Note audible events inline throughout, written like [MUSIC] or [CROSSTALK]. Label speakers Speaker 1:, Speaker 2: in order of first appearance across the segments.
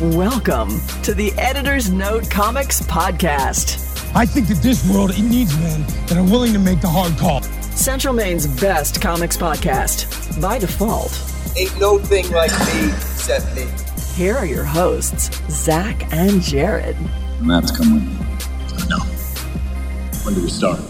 Speaker 1: Welcome to the Editor's Note Comics Podcast,
Speaker 2: I think that this world it needs men that are willing to make the hard call.
Speaker 1: Central Maine's best comics podcast. By default,
Speaker 3: Ain't no thing like me, except me.
Speaker 1: here are your hosts, Zach and Jared.
Speaker 4: Maps come with me. No. When do we start?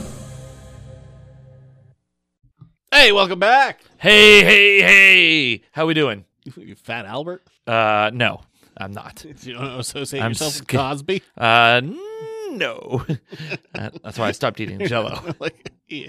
Speaker 5: Hey, welcome back. Hey, hey, hey. How we doing? [LAUGHS] You fat Albert?
Speaker 6: Uh, no, I'm not.
Speaker 5: You don't associate
Speaker 6: I'm
Speaker 5: yourself with
Speaker 6: sca-
Speaker 5: Cosby? [LAUGHS]
Speaker 6: Uh, no. Uh, That's why I stopped eating Jello.
Speaker 5: like, yeah.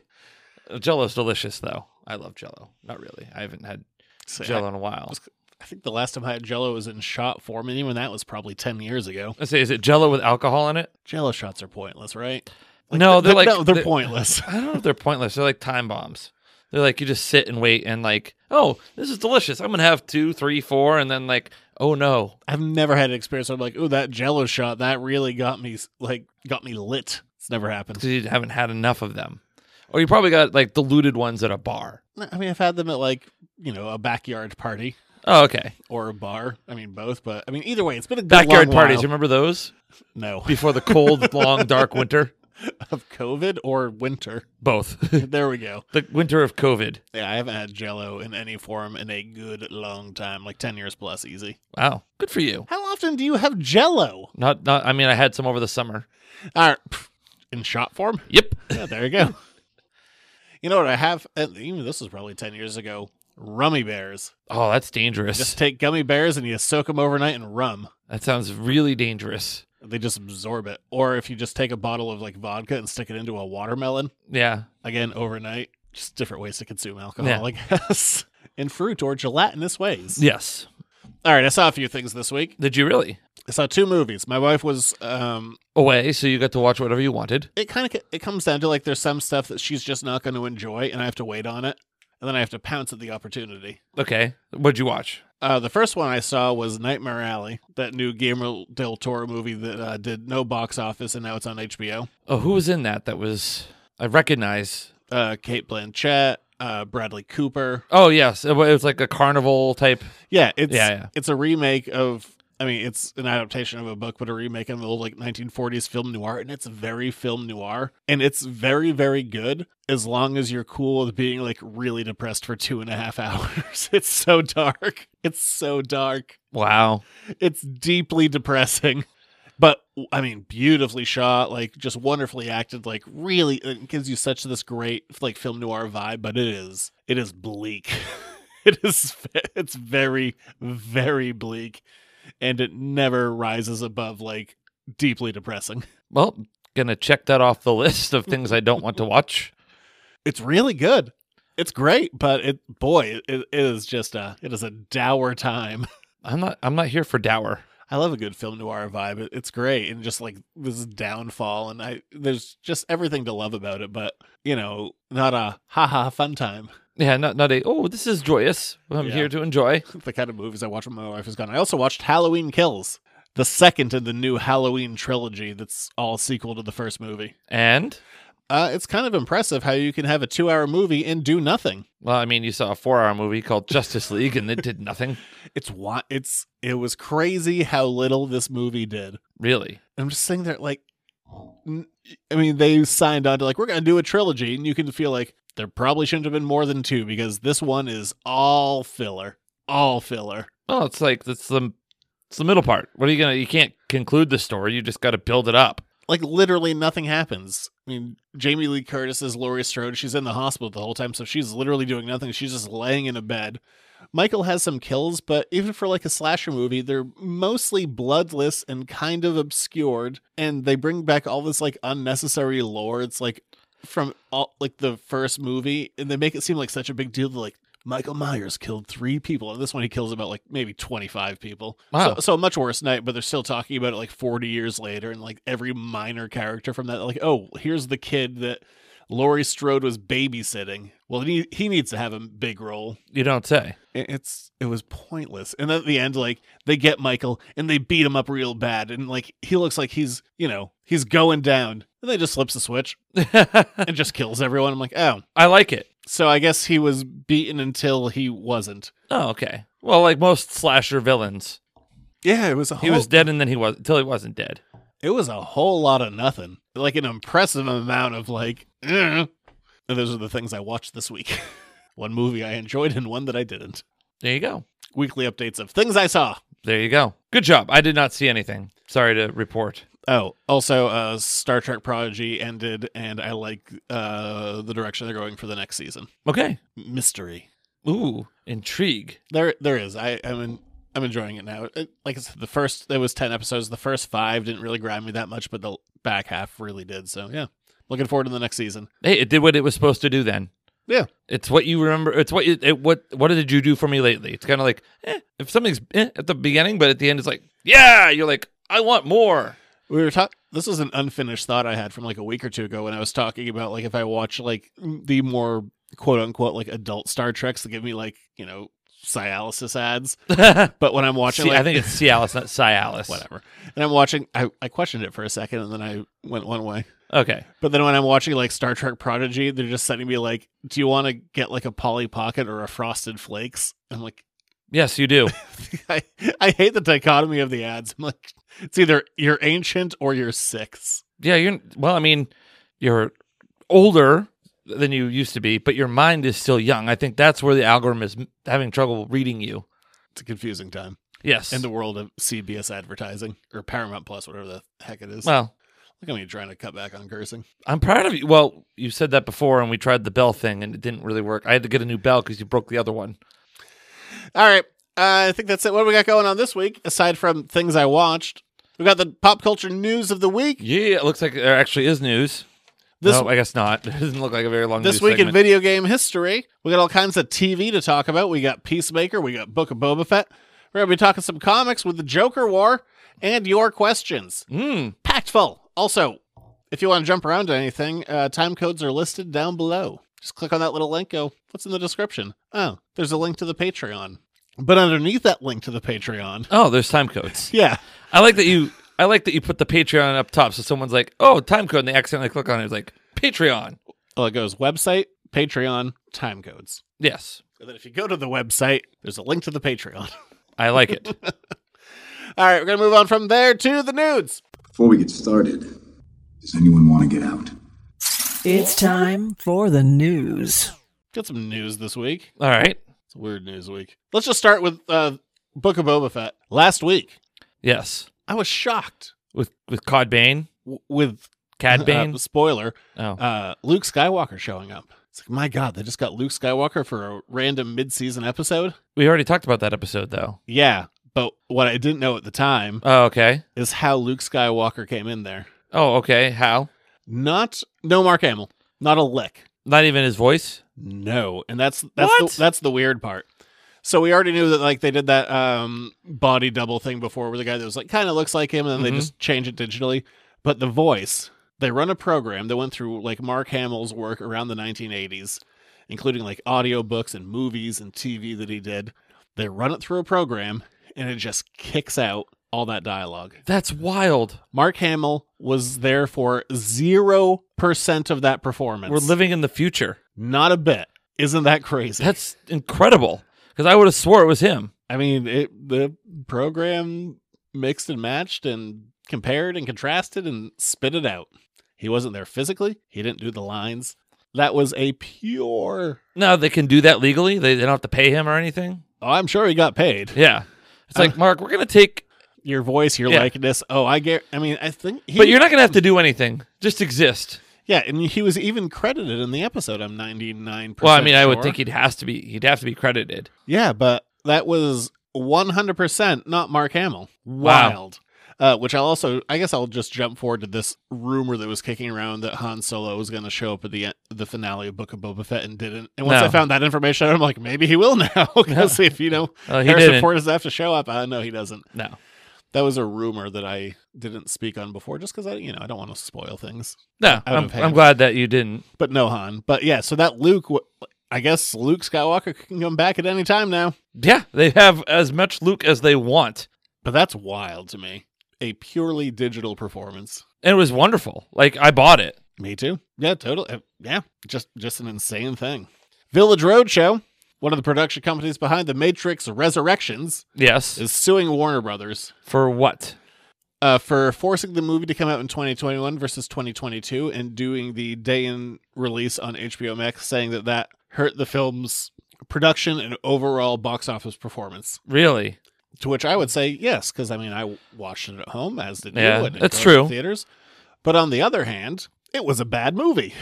Speaker 6: Jello's delicious, though. I love Jello. Not really. I haven't had
Speaker 5: So,
Speaker 6: Jello in
Speaker 5: I,
Speaker 6: a while.
Speaker 5: I think the last time I had Jello was in shot form, and even that was probably ten years ago.
Speaker 6: Let's say, is it Jello with alcohol in it?
Speaker 5: Jello shots are pointless, right?
Speaker 6: no, they're, like
Speaker 5: no, they're, pointless. [LAUGHS]
Speaker 6: I don't know if they're pointless. They're like time bombs. They're like you just sit and wait and like, oh, this is delicious. I'm gonna have two, three, four, and then like, oh no,
Speaker 5: I've never had an experience. Where I'm like, oh, that Jello shot that really got me like got me lit. It's never happened.
Speaker 6: because you haven't had enough of them, or you probably got like diluted ones at a bar.
Speaker 5: I mean, I've had them at like you know a backyard party
Speaker 6: Oh, okay.
Speaker 5: or a bar. I mean, both. But I mean, either way, it's been a good
Speaker 6: Backyard
Speaker 5: long
Speaker 6: parties.
Speaker 5: while.
Speaker 6: You remember those
Speaker 5: No, [LAUGHS]
Speaker 6: before the cold, long, dark winter?
Speaker 5: of COVID or winter.
Speaker 6: Both. [LAUGHS]
Speaker 5: There we go.
Speaker 6: the winter of COVID.
Speaker 5: Yeah, I haven't had Jello in any form in a good long time, like ten years plus, easy.
Speaker 6: Wow, good for you.
Speaker 5: How often do you have Jello?
Speaker 6: Not, not. I mean, I had some over the summer.
Speaker 5: All right, pff, in shot form.
Speaker 6: Yep.
Speaker 5: Yeah, there you go. you know what I have? and Even this was probably ten years ago. Rummy bears.
Speaker 6: Oh, that's dangerous.
Speaker 5: Just take gummy bears and you soak them overnight in rum.
Speaker 6: [LAUGHS] that sounds really dangerous.
Speaker 5: They just absorb it. Or if you just take a bottle of like vodka and stick it into a watermelon
Speaker 6: Yeah.
Speaker 5: again overnight. Just different ways to consume alcohol,
Speaker 6: Yeah.
Speaker 5: I guess. [LAUGHS] In fruit or gelatinous ways.
Speaker 6: Yes.
Speaker 5: All right, I saw a few things this week.
Speaker 6: Did you really?
Speaker 5: I saw two movies. My wife was um
Speaker 6: Away, so you got to watch whatever you wanted.
Speaker 5: it kind of it comes down to like there's some stuff that she's just not going to enjoy and I have to wait on it and then I have to pounce at the opportunity.
Speaker 6: Okay. What'd you watch?
Speaker 5: Uh, the first one I saw was Nightmare Alley, that new Guillermo del Toro movie that uh, did no box office and now it's on HBO.
Speaker 6: Oh, who was in that? That was I recognize.
Speaker 5: Uh, Kate Blanchett, uh, Bradley Cooper.
Speaker 6: Oh yes, it wa- it was like a carnival type.
Speaker 5: Yeah, it's
Speaker 6: Yeah, yeah.
Speaker 5: it's a remake of I mean, it's an adaptation of a book, but a remake of an old like 1940s film noir, and it's very film noir, and it's very, very good as long as you're cool with being like really depressed for two and a half [LAUGHS] hours. It's so dark. It's so dark.
Speaker 6: Wow.
Speaker 5: It's deeply depressing, but I mean, beautifully shot, like just wonderfully acted, like really it gives you such this great like film noir vibe. But it is it is bleak. [LAUGHS] it is ve- it's very very bleak, and it never rises above like deeply depressing.
Speaker 6: Well, gonna check that off the list of things I don't want to watch.
Speaker 5: It's really good. It's great, but it boy, it, it is just a it is a dour time.
Speaker 6: I'm not. I'm not here for dour.
Speaker 5: I love a good film noir vibe. It, it's great, and just like this downfall, and I there's just everything to love about it. But you know, not a haha fun time. [LAUGHS]
Speaker 6: Yeah. Not. Not a. Oh, this is joyous. I'm
Speaker 5: Yeah.
Speaker 6: here to enjoy.
Speaker 5: the kind of movies I watch when my wife is gone. I also watched Halloween Kills, the second in the new Halloween trilogy. That's all sequel to the first movie.
Speaker 6: And
Speaker 5: Uh, it's kind of impressive how you can have a two hour movie and do nothing.
Speaker 6: Well, I mean, you saw a four-hour movie called Justice League, and it did nothing
Speaker 5: It's wa- it's it was crazy how little this movie did.
Speaker 6: really.
Speaker 5: I'm just sitting there like, n- I mean, they signed on to like we're gonna do a trilogy, and you can feel like there probably shouldn't have been more than two because this one is all filler, all filler.
Speaker 6: Well, it's like that's the it's the middle part. What are you gonna? You can't conclude the story. You just got to build it up.
Speaker 5: Like literally nothing happens. I mean, Jamie Lee Curtis is Laurie Strode. She's in the hospital the whole time, so she's literally doing nothing. She's just laying in a bed. Michael has some kills, but even for like a slasher movie, they're mostly bloodless and kind of obscured. And they bring back all this like unnecessary lore. It's like from all like the first movie, and they make it seem like such a big deal. That, like Michael Myers killed three people, and this one he kills about like maybe twenty five people.
Speaker 6: Wow.
Speaker 5: So, so a much worse night, but they're still talking about it like forty years later, and like every minor character from that, like oh, here's the kid that. Laurie Strode was babysitting. Well, he he needs to have a big role
Speaker 6: You don't say. [LAUGHS]
Speaker 5: it- it's it was pointless and at the end like they get michael and they beat him up real bad and like he looks like he's you know he's going down and they just flips the switch and just kills everyone i'm like oh
Speaker 6: I like it.
Speaker 5: so i guess he was beaten until he wasn't
Speaker 6: Oh, okay. Well, like most slasher villains,
Speaker 5: Yeah, it was a whole,
Speaker 6: He was dead, and then he was until he wasn't dead.
Speaker 5: it was a whole lot of nothing. Like an impressive amount of like. eh. And those are the things I watched this week. [LAUGHS] one movie I enjoyed and one that I didn't.
Speaker 6: There you go.
Speaker 5: Weekly updates of things I saw.
Speaker 6: There you go. Good job. I did not see anything. Sorry to report.
Speaker 5: Oh, also, uh, Star Trek Prodigy ended, and I like uh, the direction they're going for the next season.
Speaker 6: Okay.
Speaker 5: Mystery.
Speaker 6: Ooh, intrigue.
Speaker 5: There, there is. I, I'm, in, I'm enjoying it now. It, like I said, the first there was ten episodes. The first five didn't really grind me that much, but the back half really did. So yeah, looking forward to the next season.
Speaker 6: Hey, it did what it was supposed to do. Then
Speaker 5: Yeah,
Speaker 6: it's what you remember. It's what you, it, what what did you do for me lately? It's kind of like eh, if something's eh, at the beginning, but at the end, it's like yeah, you're like I want more. [LAUGHS]
Speaker 5: we were talking. This was an unfinished thought I had from like a week or two ago when I was talking about like if I watch like the more quote unquote like adult Star Treks that give me like you know Cialysis ads, but when I'm watching,
Speaker 6: See,
Speaker 5: like,
Speaker 6: I think it's Cialis, not Cialis.
Speaker 5: whatever. And I'm watching. I, I questioned it for a second, and then I went one way.
Speaker 6: Okay.
Speaker 5: But then when I'm watching like Star Trek Prodigy, they're just sending me like, "Do you want to get like a Polly Pocket or a Frosted Flakes?" I'm like, [LAUGHS]
Speaker 6: Yes, you do.
Speaker 5: I, I hate the dichotomy of the ads. I'm like, it's either you're ancient or you're six.
Speaker 6: yeah, you're. Well, I mean, you're older than you used to be, but your mind is still young. I think that's where the algorithm is m- having trouble reading you.
Speaker 5: It's a confusing time
Speaker 6: Yes.
Speaker 5: in the world of CBS advertising or Paramount Plus, whatever the heck it is.
Speaker 6: well,
Speaker 5: Look at me trying to cut back on cursing.
Speaker 6: I'm proud of you. Well, you said that before, and we tried the bell thing, and it didn't really work. I had to get a new bell because you broke the other one.
Speaker 5: All right. Uh, I think that's it. What do we got going on this week? Aside from things I watched, we got the pop culture news of the week.
Speaker 6: Yeah, it looks like there actually is news.
Speaker 5: This
Speaker 6: no, I guess not. [LAUGHS] It doesn't look like a very long.
Speaker 5: This
Speaker 6: news
Speaker 5: week in
Speaker 6: segment.
Speaker 5: video game history, we got all kinds of TV to talk about. We got Peacemaker, we got Book of Boba Fett. We're gonna be talking some comics with the Joker War and your questions.
Speaker 6: Mm.
Speaker 5: Packed full. Also, if you want to jump around to anything, uh, time codes are listed down below. Just click on that little link. Go. What's in the description? Oh, there's a link to the Patreon. But underneath that link to the Patreon, [LAUGHS]
Speaker 6: Oh, there's time codes.
Speaker 5: yeah,
Speaker 6: I like that you. I like that you put the Patreon up top, so someone's like, "Oh, time code," and they accidentally click on it. It's like Patreon.
Speaker 5: well, it goes website, Patreon, time codes.
Speaker 6: Yes,
Speaker 5: And then if you go to the website, there's a link to the Patreon.
Speaker 6: I
Speaker 5: [LAUGHS]
Speaker 6: like it.
Speaker 5: All right, we're gonna move on from there to the nudes.
Speaker 4: Before we get started, does anyone want to get out?
Speaker 1: It's time for the news.
Speaker 5: Got some news this week.
Speaker 6: All right.
Speaker 5: It's a weird news week. Let's just start with uh, Book of Boba Fett. Last week,
Speaker 6: Yes,
Speaker 5: I was shocked
Speaker 6: with with Cod Bane,
Speaker 5: w- with [LAUGHS]
Speaker 6: Cad Bane.
Speaker 5: uh, spoiler
Speaker 6: oh,
Speaker 5: uh, Luke Skywalker showing up. It's like my God, they just got Luke Skywalker for a random mid-season episode.
Speaker 6: we already talked about that episode though.
Speaker 5: Yeah, but what I didn't know at the time
Speaker 6: Oh, okay.
Speaker 5: is how Luke Skywalker came in there.
Speaker 6: Oh, okay. How?
Speaker 5: Not no Mark Hamill, not a lick.
Speaker 6: Not even his voice.
Speaker 5: No, and that's that's
Speaker 6: What?
Speaker 5: the, that's the weird part. So we already knew that like they did that um body double thing before where the guy that was like kind of looks like him and then they
Speaker 6: Mhm.
Speaker 5: just change it digitally, but the voice, they run a program that went through like Mark Hamill's work around the 1980s, including like audiobooks and movies and TV that he did. They run it through a program and it just kicks out all that dialogue.
Speaker 6: That's wild.
Speaker 5: Mark Hamill was there for 0% of that performance.
Speaker 6: We're living in the future.
Speaker 5: not a bit. Isn't that crazy?
Speaker 6: That's incredible. Because I would have swore it was him.
Speaker 5: I mean, it the program mixed and matched and compared and contrasted and spit it out. He wasn't there physically. He didn't do the lines. That was a pure.
Speaker 6: No, they can do that legally. They, they don't have to pay him or anything.
Speaker 5: Oh, I'm sure he got paid. [LAUGHS]
Speaker 6: Yeah. It's
Speaker 5: Uh,
Speaker 6: like Mark, we're gonna take,
Speaker 5: Your voice, your
Speaker 6: Yeah.
Speaker 5: likeness. Oh, I get. I mean, I think. He,
Speaker 6: but you're not gonna have to do anything. Just exist.
Speaker 5: Yeah, and he was even credited in the episode. I'm 99.
Speaker 6: Well, I mean, I would think he'd has to be. He'd have to be credited.
Speaker 5: Yeah, but that was 100% not Mark Hamill.
Speaker 6: Wow.
Speaker 5: Wild. Uh, which I'll also, I guess I'll just jump forward to this rumor that was kicking around that Han Solo was going to show up at the the finale of Book of Boba Fett and didn't. And once
Speaker 6: No.
Speaker 5: I found that information, I'm like, maybe he will [LAUGHS] now. Because if you know,
Speaker 6: Oh, he
Speaker 5: Harrison
Speaker 6: didn't.
Speaker 5: Ford doesn't have to show up. Uh, no, he doesn't.
Speaker 6: No.
Speaker 5: That was a rumor that I didn't speak on before, just because I, you know, I don't want to spoil things.
Speaker 6: No. I'm,
Speaker 5: of hand.
Speaker 6: I'm glad that you didn't.
Speaker 5: But no Han. But yeah, so that Luke, w- I guess Luke Skywalker can come back at any time now.
Speaker 6: Yeah, they have as much Luke as they want.
Speaker 5: But that's wild to me. A purely digital performance.
Speaker 6: And it was wonderful. Like I bought it.
Speaker 5: Me too. Yeah, totally. Uh, Yeah, just just an insane thing. Village Roadshow. One of the production companies behind The Matrix Resurrections
Speaker 6: Yes.
Speaker 5: is suing Warner Brothers
Speaker 6: For what?
Speaker 5: uh, for forcing the movie to come out in 2021 versus 2022 and doing the day in release on HBO Max, saying that that hurt the film's production and overall box office performance.
Speaker 6: Really?
Speaker 5: To which I would say yes, because I mean I watched it at home as did
Speaker 6: Yeah,
Speaker 5: you. and it
Speaker 6: that's
Speaker 5: goes to
Speaker 6: true.
Speaker 5: Theaters, but on the other hand, it was a bad movie.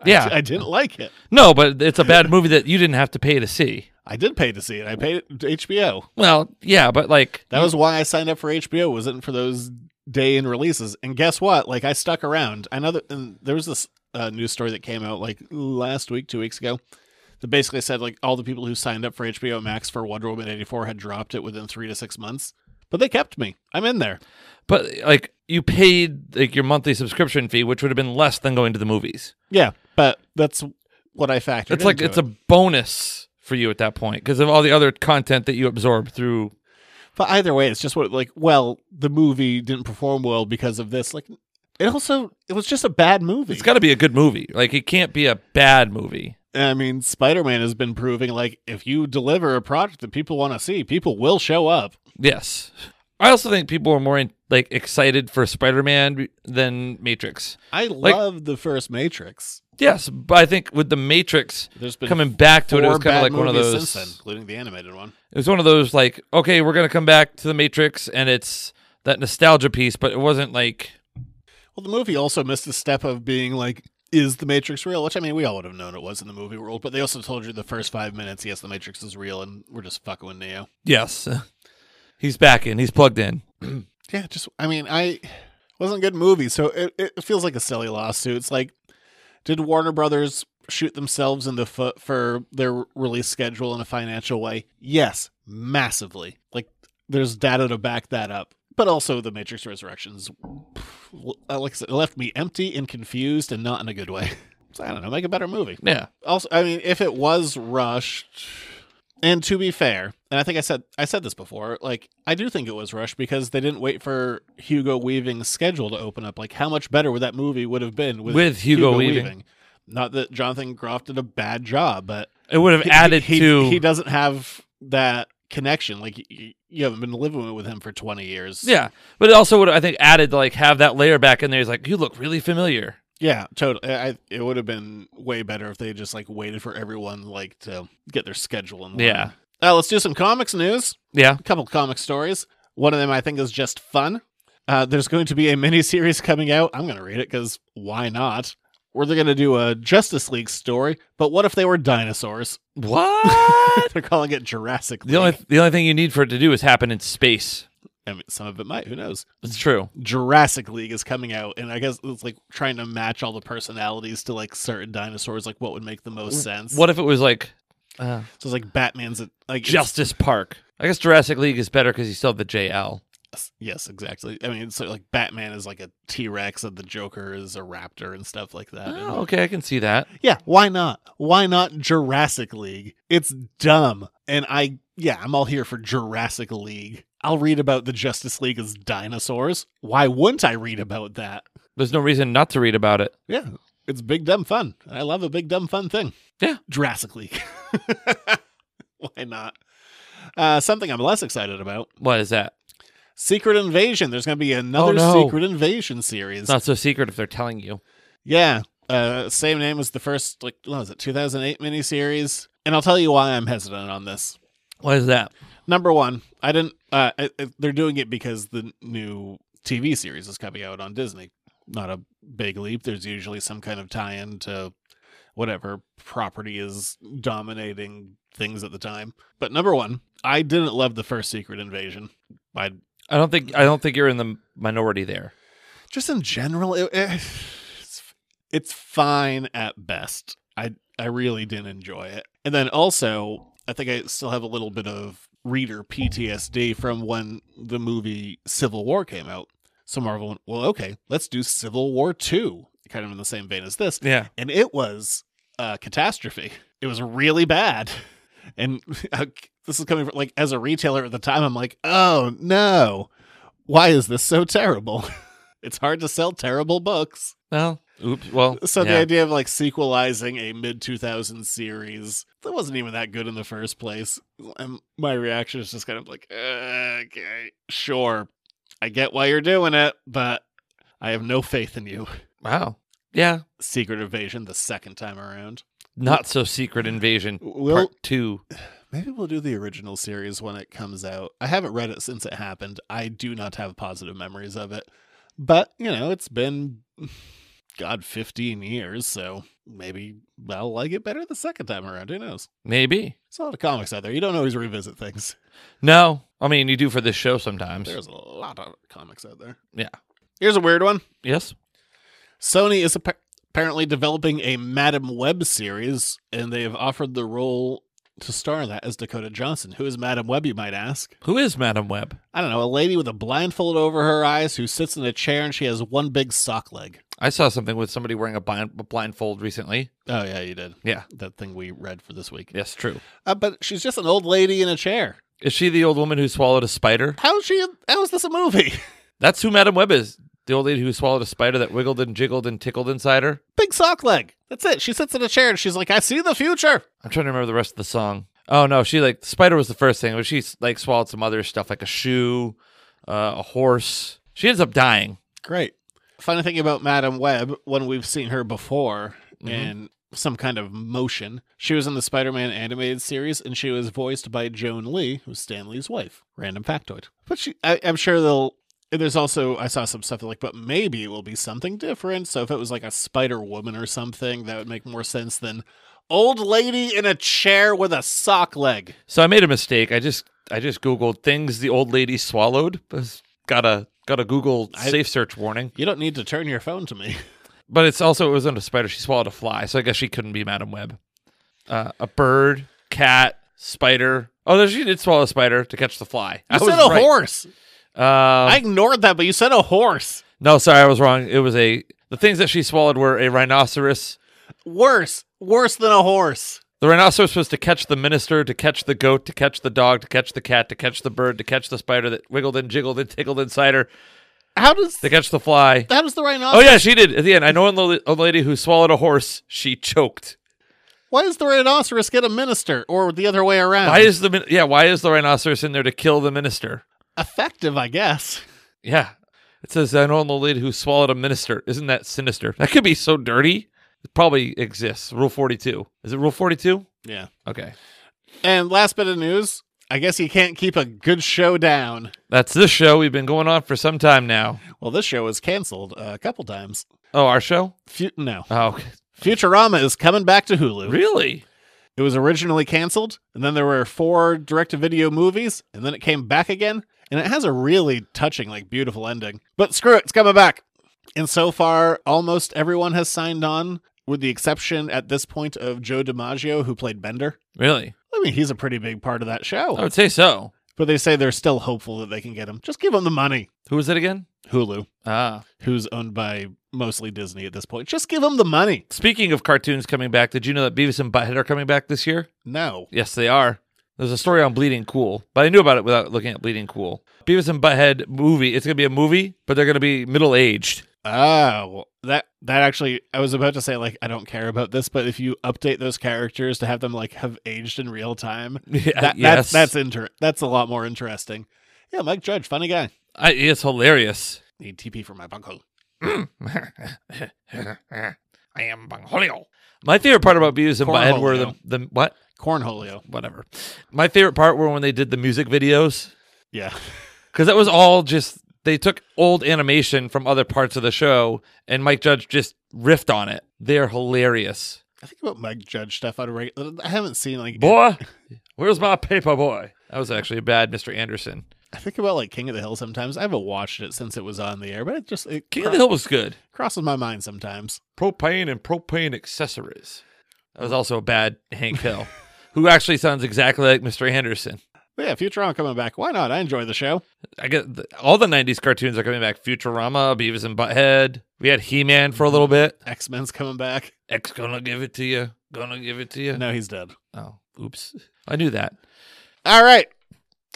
Speaker 5: I-
Speaker 6: Yeah.
Speaker 5: I, didn't like it.
Speaker 6: No, but it's a bad movie that you didn't have to pay to see.
Speaker 5: I did pay to see it. I paid it to HBO.
Speaker 6: Well, yeah, but like
Speaker 5: That was why I signed up for HBO. Wasn't for those day in releases. And guess what? Like I stuck around. I know that and there was this uh, news story that came out like last week, two weeks ago, that basically said like all the people who signed up for HBO Max for Wonder Woman eighty four had dropped it within three to six months. But they kept me. I'm in there.
Speaker 6: but like you paid like your monthly subscription fee, which would have been less than going to the movies.
Speaker 5: Yeah, but that's what I factored.
Speaker 6: It's like
Speaker 5: into
Speaker 6: it's
Speaker 5: it.
Speaker 6: a bonus for you at that point because of all the other content that you absorb through.
Speaker 5: But either way, it's just what like well, the movie didn't perform well because of this. Like it also it was just a bad movie.
Speaker 6: It's got to be a good movie. Like it can't be a bad movie.
Speaker 5: I mean, Spider Man has been proving like if you deliver a product that people want to see, people will show up.
Speaker 6: Yes. I also think people are more in, like excited for Spider-Man than Matrix.
Speaker 5: I
Speaker 6: Like-
Speaker 5: love the first Matrix.
Speaker 6: Yes, but I think with the Matrix
Speaker 5: There's been
Speaker 6: coming back to it, it
Speaker 5: four
Speaker 6: was kind
Speaker 5: bad
Speaker 6: of like one of
Speaker 5: movies
Speaker 6: those.
Speaker 5: since then, including the animated one.
Speaker 6: It was one of those like, okay, we're gonna come back to the Matrix, and it's that nostalgia piece, but it wasn't like
Speaker 5: Well, the movie also missed the step of being like, is the Matrix real? Which I mean, we all would have known it was in the movie world, but they also told you the first five minutes, yes, the Matrix is real, and we're just fucking with Neo.
Speaker 6: yes, [LAUGHS] he's back in, he's plugged in.
Speaker 5: Yeah, just I mean, I wasn't a good movie, so it, it feels like a silly lawsuit. It's like, did Warner Brothers shoot themselves in the foot for their release schedule in a financial way? Yes, massively. Like, there's data to back that up. But also, The Matrix Resurrections, uh, like I said, it left me empty and confused, and not in a good way. [LAUGHS] So I don't know, make a better movie.
Speaker 6: Yeah,
Speaker 5: Also, I mean, if it was rushed, and to be fair, and I think I said I said this before, like I do think it was rushed because they didn't wait for Hugo Weaving's schedule to open up. Like, how much better would that movie would have been with,
Speaker 6: With Hugo Weaving.
Speaker 5: Not that Jonathan Groff did a bad job, but
Speaker 6: it would have
Speaker 5: he-
Speaker 6: added
Speaker 5: he,
Speaker 6: to
Speaker 5: he doesn't have that connection. Like you, you haven't been living with him for twenty years.
Speaker 6: yeah, but it also would I think added to like have that layer back in there. He's like, you look really familiar.
Speaker 5: Yeah, totally. I, I- it would have been way better if they just like waited for everyone like to get their schedule in line.
Speaker 6: Yeah.
Speaker 5: Uh, let's do some comics news.
Speaker 6: Yeah,
Speaker 5: A couple comic stories. One of them I think is just fun. Uh, there's going to be a [LAUGHS] mini series coming out. I'm going to read it because why not? Where they're going to do a Justice League story, but what if they were dinosaurs? [LAUGHS]
Speaker 6: what?
Speaker 5: they're calling it Jurassic League.
Speaker 6: [LAUGHS] the only [LAUGHS] the only thing you need for it to do is happen in space.
Speaker 5: I mean, some of it might. Who knows?
Speaker 6: It's true.
Speaker 5: Jurassic League is coming out, and I guess it's like trying to match all the personalities to like certain dinosaurs. Like, what would make the most sense?
Speaker 6: What if it was like uh,
Speaker 5: So it's like Batman's a- like it's-
Speaker 6: Justice Park? I guess Jurassic League is better because you still have the JL.
Speaker 5: yes, exactly. I mean, so like Batman is like a T Rex, and the Joker is a raptor and stuff like that. And-
Speaker 6: Oh, okay, I can see that.
Speaker 5: Yeah, why not? Why not Jurassic League? It's dumb, and I yeah, I'm all here for Jurassic League. I'll read about the Justice League as dinosaurs. Why wouldn't I read about that?
Speaker 6: There's no reason not to read about it.
Speaker 5: Yeah, it's big dumb fun. I love a big dumb fun thing.
Speaker 6: Yeah.
Speaker 5: Jurassic League. [LAUGHS] Why not? Uh, something I'm less excited about:
Speaker 6: What is that?
Speaker 5: Secret Invasion. There's going to be another
Speaker 6: Oh, no.
Speaker 5: Secret Invasion series.
Speaker 6: It's not so secret if they're telling you.
Speaker 5: yeah, uh, same name as the first, like what was it, 2008 miniseries? And I'll tell you why I'm hesitant on this.
Speaker 6: What is that?
Speaker 5: Number one, I didn't. Uh, I, I- they're doing it because the new TV series is coming out on Disney. Not a big leap. There's usually some kind of tie-in to whatever property is dominating things at the time. But number one, I didn't love the first Secret Invasion. I
Speaker 6: I don't think I don't think you're in the minority there.
Speaker 5: just in general, it, it's, it's fine at best. I I really didn't enjoy it. And then also, I think I still have a little bit of reader PTSD from when the movie Civil War came out. So Marvel went, well, okay, let's do Civil War 2, kind of in the same vein as this.
Speaker 6: Yeah.
Speaker 5: And it was a catastrophe. It was really bad. And [LAUGHS] uh, this is coming from, like, as a retailer at the time, I'm like, oh [LAUGHS] no, why is this so terrible? it's hard to sell terrible books.
Speaker 6: Well, Oops. Well,
Speaker 5: So the
Speaker 6: yeah.
Speaker 5: idea of like sequelizing a mid 2000s series that wasn't even that good in the first place. And my reaction is just kind of like, "Uh, okay, sure, I get why you're doing it, but I have no faith in you.
Speaker 6: Wow. Yeah.
Speaker 5: Secret Invasion the second time around.
Speaker 6: Not so secret invasion.
Speaker 5: Will
Speaker 6: part two.
Speaker 5: maybe we'll do the original series when it comes out. I haven't read it since it happened. I do not have positive memories of it. But, you know, it's been [SIGHS] god 15 years, so maybe I'll like it better the second time around. Who knows?
Speaker 6: Maybe.
Speaker 5: There's a lot of comics out there. You don't always revisit things.
Speaker 6: No. I mean, you do for this show sometimes.
Speaker 5: There's a lot of comics out there.
Speaker 6: Yeah.
Speaker 5: Here's a weird one.
Speaker 6: Yes.
Speaker 5: Sony is appa- apparently developing a Madam Web series, and they have offered the role to star in that as Dakota Johnson. Who is Madam Web, you might ask?
Speaker 6: Who is Madam Web?
Speaker 5: I don't know, a lady with a blindfold over her eyes who sits in a chair and she has one big sock leg.
Speaker 6: I saw something with somebody wearing a, blind, a blindfold recently.
Speaker 5: Oh, yeah, you did.
Speaker 6: Yeah.
Speaker 5: That thing we read for this week.
Speaker 6: Yes, true.
Speaker 5: Uh, but she's just an old lady in a chair.
Speaker 6: Is she the old woman who swallowed a spider?
Speaker 5: How's she? How is this a movie? [LAUGHS]
Speaker 6: That's who Madam Web is. The old lady who swallowed a spider that wiggled and jiggled and tickled inside her.
Speaker 5: Big sock leg. That's it. She sits in a chair and she's like, I see the future.
Speaker 6: I'm trying to remember the rest of the song. Oh no, she like the spider was the first thing, but she like swallowed some other stuff like a shoe, uh, a horse. She ends up dying.
Speaker 5: Great. Funny thing about Madam Web, when we've seen her before
Speaker 6: Mm-hmm.
Speaker 5: in some kind of motion, she was in the Spider Man animated series and she was voiced by Joan Lee, who's Stan Lee's wife. Random factoid. But she, I, I'm sure they'll. and There's also I saw some stuff like, but maybe it will be something different. So if it was like a Spider Woman or something, that would make more sense than old lady in a chair with a sock leg.
Speaker 6: So I made a mistake. I just I just googled things the old lady swallowed. Got a got a Google
Speaker 5: I-
Speaker 6: safe search warning.
Speaker 5: You don't need to turn your phone to me.
Speaker 6: But it's also it wasn't a spider. She swallowed a fly, so I guess she couldn't be Madam Web. Uh, a bird, cat, spider. Oh, no, she did swallow a spider to catch the fly.
Speaker 5: You
Speaker 6: I
Speaker 5: said
Speaker 6: was
Speaker 5: a
Speaker 6: right.
Speaker 5: horse.
Speaker 6: Um,
Speaker 5: I ignored that, but you said a horse.
Speaker 6: No, sorry, I was wrong. It was a the things that she swallowed were a rhinoceros.
Speaker 5: Worse, worse than a horse.
Speaker 6: The rhinoceros was to catch the minister, to catch the goat, to catch the dog, to catch the cat, to catch the bird, to catch the spider that wiggled and jiggled and tickled inside her,
Speaker 5: How does
Speaker 6: to catch the fly.
Speaker 5: how does the
Speaker 6: Oh
Speaker 5: rhinoceros?
Speaker 6: yeah, she did. At the end, I know an old old lady who swallowed a horse. She choked.
Speaker 5: Why does the rhinoceros get a minister, or the other way around?
Speaker 6: Why is the min- yeah? Why is the rhinoceros in there to kill the minister?
Speaker 5: effective? I guess.
Speaker 6: Yeah, it says I know an old lady who swallowed a minister. Isn't that sinister? That could be so dirty. It probably exists. Rule forty two. Is it rule forty two?
Speaker 5: Yeah.
Speaker 6: Okay,
Speaker 5: And last bit of news. I guess you can't keep a good show down.
Speaker 6: That's this show. We've been going on for some time now.
Speaker 5: Well, this show was canceled uh, a couple times.
Speaker 6: Oh, our show?
Speaker 5: Fu- no,
Speaker 6: Oh, okay.
Speaker 5: Futurama is coming back to Hulu.
Speaker 6: really?
Speaker 5: It was originally canceled, and then there were four direct-to-video movies, and then it came back again, and it has a really touching, like, beautiful ending. But screw it, it's coming back. And so far, almost everyone has signed on, with the exception at this point of Joe DiMaggio, who played Bender.
Speaker 6: Really?
Speaker 5: I mean, he's a pretty big part of that show.
Speaker 6: I would say so.
Speaker 5: But they say they're still hopeful that they can get him. Just give him the money,
Speaker 6: Who was it again?
Speaker 5: Hulu,
Speaker 6: Ah.
Speaker 5: who's owned by mostly Disney at this point. Just give him the money.
Speaker 6: Speaking of cartoons coming back, did you know that Beavis and Butthead are coming back this year?
Speaker 5: No.
Speaker 6: Yes, they are. There's a story on Bleeding Cool, but I knew about it without looking at Bleeding Cool. Beavis and Butthead movie. It's going to be a movie, but they're going to be middle aged.
Speaker 5: Oh, well, that that actually, I was about to say like I don't care about this, but if you update those characters to have them like have aged in real time,
Speaker 6: [LAUGHS] Yeah,
Speaker 5: that,
Speaker 6: yes.
Speaker 5: that's that's inter that's a lot more interesting. Yeah, Mike Judge, funny guy.
Speaker 6: I, it's hilarious.
Speaker 5: Need TP for my bunghole.
Speaker 6: I am Bungholio. My favorite part about Beavis and Butthead were the,
Speaker 5: Cornholio.
Speaker 6: the what?
Speaker 5: Cornholio.
Speaker 6: Whatever. My favorite part were when they did the music videos.
Speaker 5: Yeah, [LAUGHS]
Speaker 6: because that was all just they took old animation from other parts of the show and mike judge just riffed on it they're hilarious
Speaker 5: I think about Mike Judge stuff on a regular. I haven't seen like
Speaker 6: boy where's my paper boy that was actually a bad mr anderson
Speaker 5: I think about like King of the Hill sometimes. I haven't watched it since it was on the air, but it just it
Speaker 6: king
Speaker 5: cro-
Speaker 6: of the hill was good
Speaker 5: crosses my mind sometimes.
Speaker 6: propane and propane accessories that was also a bad hank hill who actually sounds exactly like mr anderson
Speaker 5: But yeah, Futurama coming back. Why not? I enjoy the show.
Speaker 6: I get the, all the '90s cartoons are coming back. Futurama, Beavis and Butthead. We had He-Man for a little bit.
Speaker 5: X Men's coming back.
Speaker 6: X gonna give it to you. Gonna give it to you.
Speaker 5: No, he's dead.
Speaker 6: Oh, oops. I knew that.
Speaker 5: All right.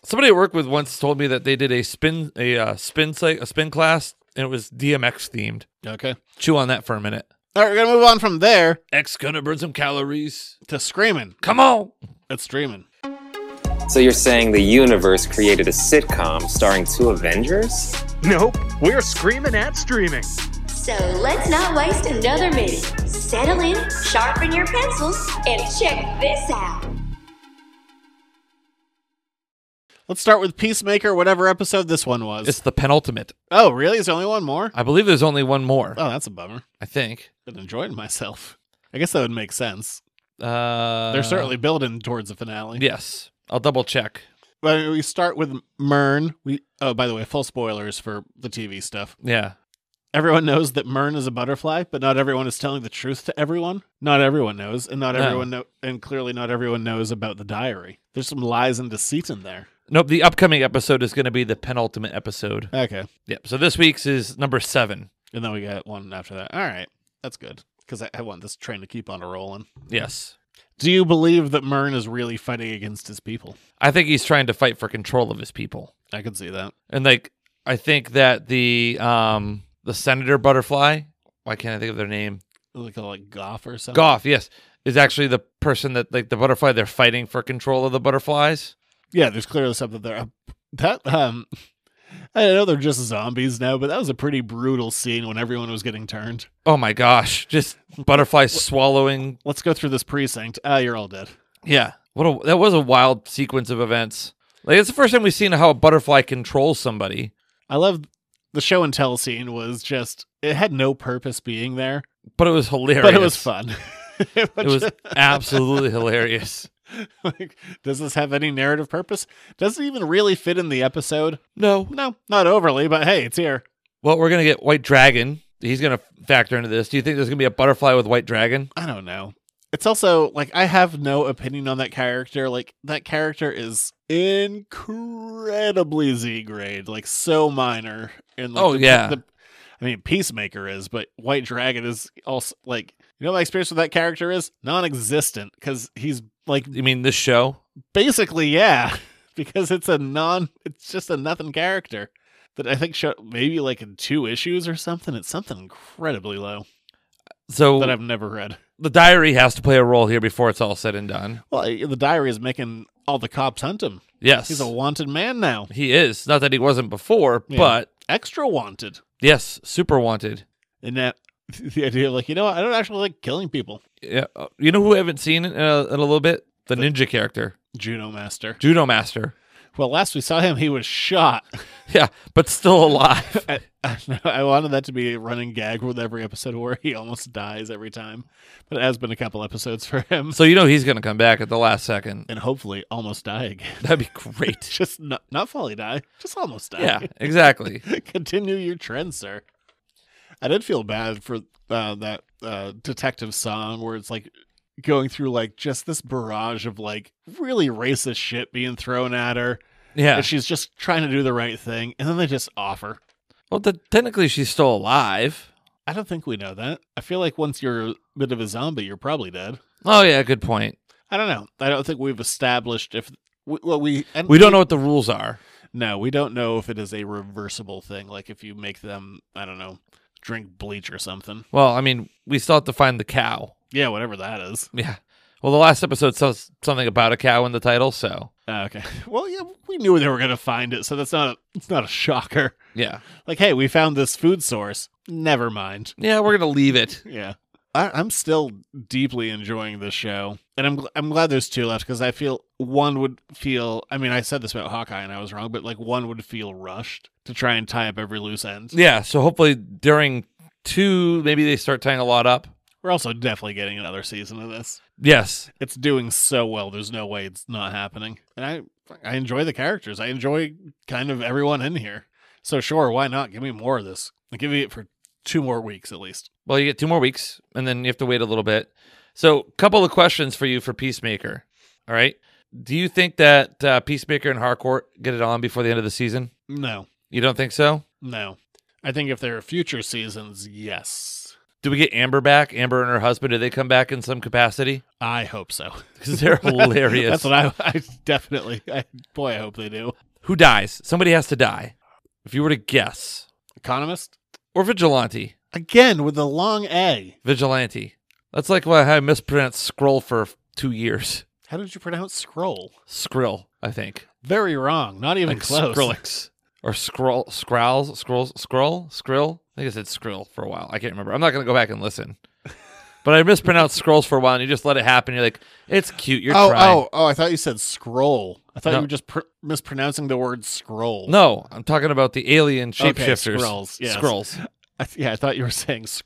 Speaker 6: Somebody I work with once told me that they did a spin a uh, spin site a spin class and it was DMX themed.
Speaker 5: Okay.
Speaker 6: Chew on that for a minute.
Speaker 5: All right, we're gonna move on from there
Speaker 6: X gonna burn some calories.
Speaker 5: to screaming.
Speaker 6: Come on.
Speaker 5: It's streaming.
Speaker 7: So you're saying the universe created a sitcom starring two Avengers?
Speaker 8: Nope, we're screaming at streaming.
Speaker 9: So let's not waste another minute. Settle in, sharpen your pencils, and check this out.
Speaker 5: Let's start with Peacemaker, whatever episode this one was.
Speaker 6: It's the penultimate.
Speaker 5: oh, really? Is there only one more?
Speaker 6: I believe there's only one more.
Speaker 5: Oh, that's a bummer.
Speaker 6: I think.
Speaker 5: Been enjoying myself. I guess that would make sense.
Speaker 6: Uh,
Speaker 5: They're certainly building towards a finale.
Speaker 6: Yes. I'll double check.
Speaker 5: But we start with Myrn. We oh, by the way, full spoilers for the TV stuff.
Speaker 6: Yeah.
Speaker 5: Everyone knows that Myrn is a butterfly, but not everyone is telling the truth to everyone. Not everyone knows, and not
Speaker 6: No.
Speaker 5: everyone know, and clearly not everyone knows about the diary. There's some lies and deceit in there.
Speaker 6: Nope. The upcoming episode is going to be the penultimate episode.
Speaker 5: Okay,
Speaker 6: Yep. So this week's is number seven.
Speaker 5: and then we got one after that. All right, that's good because I, I want this train to keep on a rolling.
Speaker 6: Yes.
Speaker 5: Do you believe that Myrn is really fighting against his people?
Speaker 6: I think he's trying to fight for control of his people.
Speaker 5: I can see that.
Speaker 6: And like I think that the um the Senator Butterfly, why can't I think of their name?
Speaker 5: Like a like Goff or something.
Speaker 6: Goff, yes. Is actually the person that like the butterfly they're fighting for control of the butterflies.
Speaker 5: Yeah, there's clearly something there. [LAUGHS] That um, [LAUGHS] I know they're just zombies now, but that was a pretty brutal scene when everyone was getting turned.
Speaker 6: Oh my gosh. Just butterflies swallowing
Speaker 5: Let's go through this precinct. Ah, you're all dead.
Speaker 6: Yeah, what a, that was a wild sequence of events. Like it's the first time we've seen how a butterfly controls somebody,
Speaker 5: I love the show and tell scene. Was just it had no purpose being there,
Speaker 6: but it was hilarious.
Speaker 5: but it was fun. [LAUGHS] it
Speaker 6: [LAUGHS] It was absolutely hilarious.
Speaker 5: [LAUGHS] like, does this have any narrative purpose? Does it even really fit in the episode?
Speaker 6: No,
Speaker 5: No, not overly, but hey, it's here.
Speaker 6: well, we're gonna get White Dragon. He's gonna factor into this. Do you think there's gonna be a butterfly with White Dragon?
Speaker 5: I don't know. It's also like I have no opinion on that character. Like that character is incredibly Z grade, like so minor. And like,
Speaker 6: Oh,
Speaker 5: the-
Speaker 6: yeah.
Speaker 5: the- I mean Peacemaker is, but White Dragon is also like you know my experience with that character is non-existent because he's like
Speaker 6: You mean this show?
Speaker 5: basically yeah [LAUGHS] because it's a non it's just a nothing character that I think show maybe like in two issues or something. It's something incredibly low that
Speaker 6: So
Speaker 5: I've never read.
Speaker 6: the diary has to play a role here before it's all said and done.
Speaker 5: Well, the diary is making all the cops hunt him.
Speaker 6: Yes,
Speaker 5: He's a wanted man now.
Speaker 6: he is. Not that he wasn't before,
Speaker 5: Yeah.
Speaker 6: but
Speaker 5: Extra wanted.
Speaker 6: yes, super wanted.
Speaker 5: And that [LAUGHS] the idea of like, you know what, I don't actually like killing people.
Speaker 6: Yeah, uh, you know who I haven't seen in a, in a little bit? The ninja character,
Speaker 5: Juno Master.
Speaker 6: Judo Master.
Speaker 5: Well, last we saw him, he was shot. [LAUGHS]
Speaker 6: [LAUGHS] Yeah, but still alive.
Speaker 5: I, I wanted that to be a running gag with every episode where he almost dies every time. But it has been a couple episodes for him.
Speaker 6: so you know he's going to come back at the last second.
Speaker 5: And hopefully almost die again. [LAUGHS]
Speaker 6: That'd be [LAUGHS] great.
Speaker 5: Just not, not fully die, just almost die.
Speaker 6: yeah, exactly.
Speaker 5: [LAUGHS] Continue your trend, sir. I did feel bad for uh, that uh, detective song where it's like going through like just this barrage of like really racist shit being thrown at her,
Speaker 6: Yeah.
Speaker 5: and she's just trying to do the right thing, and then they just offer.
Speaker 6: Well, the, technically she's still alive.
Speaker 5: I don't think we know that. I feel like once you're a bit of a zombie, you're probably dead.
Speaker 6: Oh yeah, good point.
Speaker 5: I don't know. I don't think we've established if we, well we and
Speaker 6: We don't know what the rules are.
Speaker 5: No, we don't know if it is a reversible thing. Like if you make them, I don't know, drink bleach or something.
Speaker 6: Well, I mean, we still have to find the cow.
Speaker 5: Yeah, whatever that is.
Speaker 6: Yeah. Well, the last episode says something about a cow in the title, so
Speaker 5: Ah, okay. [LAUGHS] Well, yeah, we knew they were gonna find it, so that's not a, it's not a shocker.
Speaker 6: yeah,
Speaker 5: Like, hey, we found this food source. Never mind.
Speaker 6: yeah, we're gonna leave it.
Speaker 5: Yeah, I, I'm still deeply enjoying this show, and I'm gl- I'm glad there's two left because I feel one would feel. I mean, I said this about Hawkeye and I was wrong, but like one would feel rushed to try and tie up every loose end.
Speaker 6: Yeah. So hopefully during two, maybe they start tying a lot up.
Speaker 5: We're also definitely getting another season of this.
Speaker 6: Yes.
Speaker 5: It's doing so well. There's no way it's not happening, and I I enjoy the characters. I enjoy kind of everyone in here. So sure, why not? Give me more of this. Give me it for two more weeks at least.
Speaker 6: Well, you get two more weeks, and then you have to wait a little bit. So, couple of questions for you for Peacemaker. All right, do you think that uh, Peacemaker and Harcourt get it on before the end of the season?
Speaker 5: No,
Speaker 6: You don't think so?
Speaker 5: no. I think if there are future seasons, yes.
Speaker 6: Do we get Amber back? Amber and her husband? Do they come back in some capacity? [LAUGHS]
Speaker 5: I hope so. [LAUGHS]
Speaker 6: Because they're [LAUGHS] hilarious.
Speaker 5: That's what I, [LAUGHS] I definitely. I, boy, I hope they do.
Speaker 6: Who dies? Somebody has to die. If you were to guess,
Speaker 5: Economist.
Speaker 6: or vigilante.
Speaker 5: Again with the long A.
Speaker 6: Vigilante. That's like why I mispronounced scroll for two years.
Speaker 5: How did you pronounce scroll?
Speaker 6: Skrill, I think.
Speaker 5: Very wrong. Not even
Speaker 6: Like
Speaker 5: close.
Speaker 6: Skrillex. Or scroll, scrolls, scrolls, scroll, skrill. I think I said skrill for a while. I can't remember. I'm not going to go back
Speaker 5: [LAUGHS]
Speaker 6: and listen. But I mispronounced scrolls for a while, and you just let it happen. You're like, it's cute. You're
Speaker 5: oh,
Speaker 6: trying.
Speaker 5: oh, oh! I thought you said scroll. I thought
Speaker 6: No.
Speaker 5: you were just pr- mispronouncing the word scroll.
Speaker 6: No, I'm talking about the alien
Speaker 5: Okay,
Speaker 6: shapeshifters.
Speaker 5: Skrulls, yes.
Speaker 6: Skrulls.
Speaker 5: I th- yeah, I thought you were [LAUGHS] saying sc-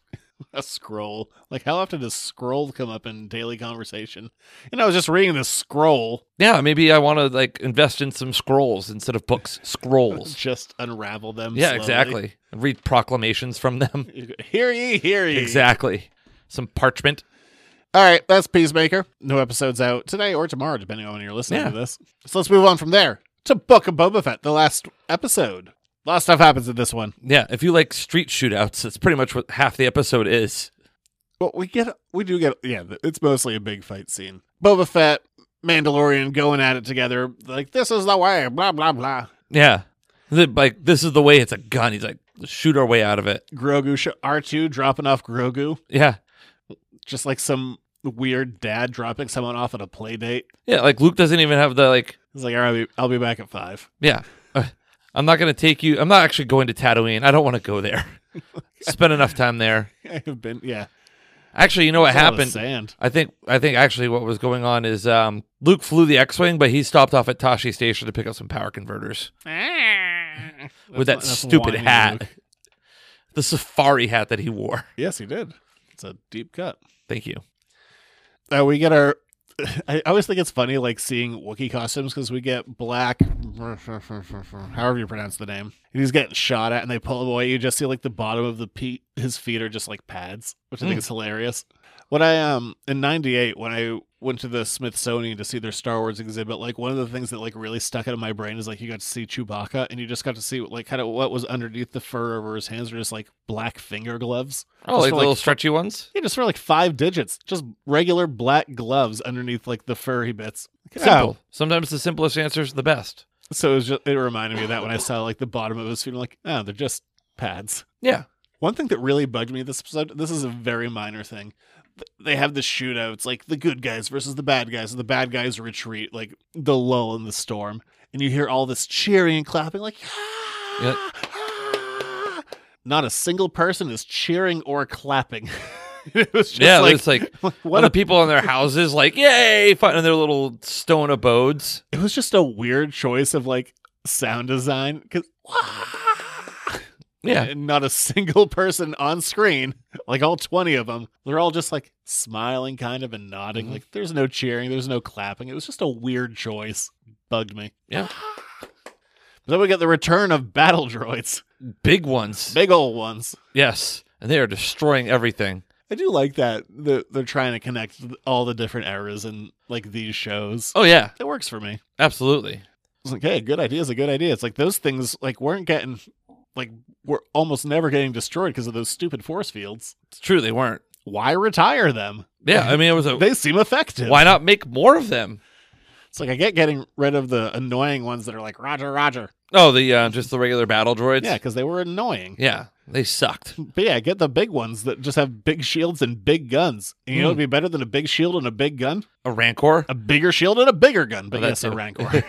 Speaker 5: a scroll. Like, how often does scroll come up in daily conversation? And I was just reading this scroll,
Speaker 6: Yeah, maybe I want to like invest in some scrolls instead of books.
Speaker 5: [LAUGHS]
Speaker 6: Scrolls.
Speaker 5: just unravel them.
Speaker 6: yeah,
Speaker 5: slowly.
Speaker 6: exactly. Read proclamations from
Speaker 5: [LAUGHS]
Speaker 6: them.
Speaker 5: Hear ye, hear ye.
Speaker 6: exactly. Some parchment.
Speaker 5: All right, that's Peacemaker. New episodes out today or tomorrow, depending on when you're listening
Speaker 6: Yeah.
Speaker 5: to this. So let's move on from there to Book of Boba Fett, the last episode. A lot of stuff happens in this one.
Speaker 6: Yeah, if you like street shootouts, that's pretty much what half the episode is.
Speaker 5: Well, we get, we do get, yeah, it's mostly a big fight scene. Boba Fett, Mandalorian going at it together. Like, this is the way, blah, blah, blah.
Speaker 6: Yeah. The- like this is the way it's a gun. He's like, "Let's shoot our way out of it.
Speaker 5: Grogu, sh- R2 dropping off Grogu,
Speaker 6: Yeah.
Speaker 5: just like some weird dad dropping someone off at a play date.
Speaker 6: Yeah, like Luke doesn't even have the like
Speaker 5: He's like, all right, I'll be, I'll be back at five. [LAUGHS]
Speaker 6: yeah. Uh, I'm not gonna take you I'm not actually going to Tatooine. I don't want to go there. [LAUGHS] Spend enough time there.
Speaker 5: I have been, yeah.
Speaker 6: Actually, you know what
Speaker 5: It's a lot of
Speaker 6: happened?
Speaker 5: Sand. [LAUGHS]
Speaker 6: I think I think actually what was going on is um, Luke flew the X-wing, but he stopped off at Tashi Station to pick up some power converters
Speaker 5: That's-
Speaker 6: with that
Speaker 5: that's
Speaker 6: stupid
Speaker 5: whiny
Speaker 6: hat,
Speaker 5: Luke.
Speaker 6: [LAUGHS] the safari hat that he wore.
Speaker 5: Yes, he did. It's a deep cut.
Speaker 6: Thank you.
Speaker 5: Uh, we get our. [LAUGHS] I I always think it's funny, like seeing Wookiee costumes because we get black, however you pronounce the name. And he's getting shot at, and they pull him away. You just see like the bottom of the pe- his feet are just like pads, which I think
Speaker 6: Mm.
Speaker 5: is hilarious. When I um in '98, when I went to the Smithsonian to see their Star Wars exhibit, like one of the things that like really stuck out in my brain is like you got to see Chewbacca, and you just got to see like kind of what was underneath the fur over his hands, were just like black finger gloves.
Speaker 6: Oh,
Speaker 5: Just
Speaker 6: like
Speaker 5: for,
Speaker 6: little
Speaker 5: like,
Speaker 6: stretchy ones.
Speaker 5: Yeah, just for like five digits, just regular black gloves underneath like the furry bits.
Speaker 6: Simple.
Speaker 5: Oh,
Speaker 6: Sometimes the simplest answer is the best.
Speaker 5: so it was just it reminded me of that when I saw like the bottom of his feet. I'm like, oh, they're just pads.
Speaker 6: Yeah.
Speaker 5: One thing that really bugged me this episode, this is a very minor thing. Th- They have the shootouts, like the good guys versus the bad guys, and the bad guys retreat, like the lull in the storm, and you hear all this cheering and clapping, like.
Speaker 6: Yep.
Speaker 5: "Ah!" Not a single person is cheering or clapping. [LAUGHS] it was just
Speaker 6: yeah,
Speaker 5: [LAUGHS] like,
Speaker 6: it's like
Speaker 5: what
Speaker 6: other
Speaker 5: a
Speaker 6: people in their houses, like yay, finding their little stone abodes.
Speaker 5: it was just a weird choice of like sound design because [LAUGHS]
Speaker 6: Yeah,
Speaker 5: and not a single person on screen like all 20 of them they're all just like smiling kind of and nodding
Speaker 6: Mhm.
Speaker 5: like there's no cheering there's no clapping it was just a weird choice bugged me
Speaker 6: Yeah.
Speaker 5: [SIGHS] but then we got the return of battle droids
Speaker 6: big ones.
Speaker 5: big old ones
Speaker 6: yes, and they are destroying everything.
Speaker 5: i do like that the, they're trying to connect all the different eras in like these shows
Speaker 6: Oh yeah,
Speaker 5: it works for me
Speaker 6: absolutely.
Speaker 5: It's like, hey, good idea is a good idea. It's like those things like weren't getting like were almost never getting destroyed because of those stupid force fields.
Speaker 6: It's true they weren't.
Speaker 5: Why retire them? [LAUGHS]
Speaker 6: Yeah, I mean it was a.
Speaker 5: They seem effective.
Speaker 6: [LAUGHS] Why not make more of them?
Speaker 5: It's like I get getting rid of the annoying ones that are like Roger, Roger.
Speaker 6: Oh, the uh, just the regular battle droids.
Speaker 5: Yeah, because they were annoying.
Speaker 6: yeah, they sucked.
Speaker 5: But yeah, get the big ones that just have big shields and big guns. And you know, it'd
Speaker 6: Hmm.
Speaker 5: be better than a big shield and a big gun.
Speaker 6: A rancor.
Speaker 5: a bigger shield and a bigger gun, but
Speaker 6: Oh, that
Speaker 5: yes, a
Speaker 6: too. [LAUGHS]
Speaker 5: rancor.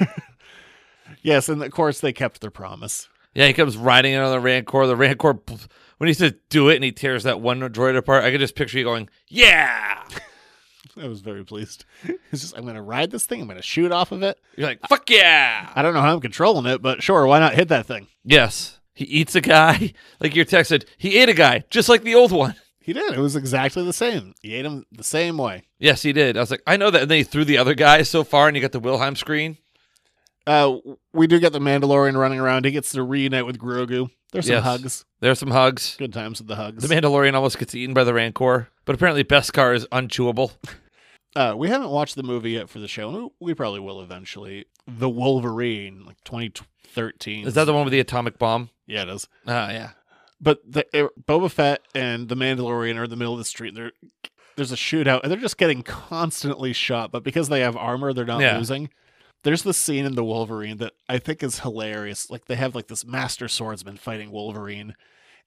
Speaker 5: yes, and of course they kept their promise.
Speaker 6: Yeah, he comes riding in on the rancor. The rancor pff, when he says do it and he tears that one droid apart. I could just picture you going, yeah.
Speaker 5: I was very pleased. [LAUGHS] It's just I'm gonna ride this thing. I'm gonna shoot off of it.
Speaker 6: You're like, fuck yeah.
Speaker 5: I don't know how I'm controlling it, but sure, why not hit that thing?
Speaker 6: Yes. He eats a guy. [LAUGHS] Like your text said, he ate a guy, just like the old one.
Speaker 5: He did. It was exactly the same. He ate him the same way.
Speaker 6: Yes, he did. I was like, I know that. And then he threw the other guy so far and you got the Wilhelm screen.
Speaker 5: Uh, we do get the Mandalorian running around. He gets to reunite with Grogu. There's some
Speaker 6: Yes.
Speaker 5: hugs.
Speaker 6: There's some hugs.
Speaker 5: Good times with the hugs.
Speaker 6: The Mandalorian almost gets eaten by the Rancor, but apparently Beskar is unchewable.
Speaker 5: uh, we haven't watched the movie yet for the show. We probably will eventually. The Wolverine, like 2013.
Speaker 6: Is that the one with the atomic bomb?
Speaker 5: Yeah, it is.
Speaker 6: Ah, yeah.
Speaker 5: But the, er, Boba Fett and the Mandalorian are in the middle of the street. And they're, there's a shootout, and they're just getting constantly shot. But because they have armor, they're not
Speaker 6: Yeah.
Speaker 5: losing. There's the scene in the Wolverine that I think is hilarious. Like they have like this master swordsman fighting Wolverine,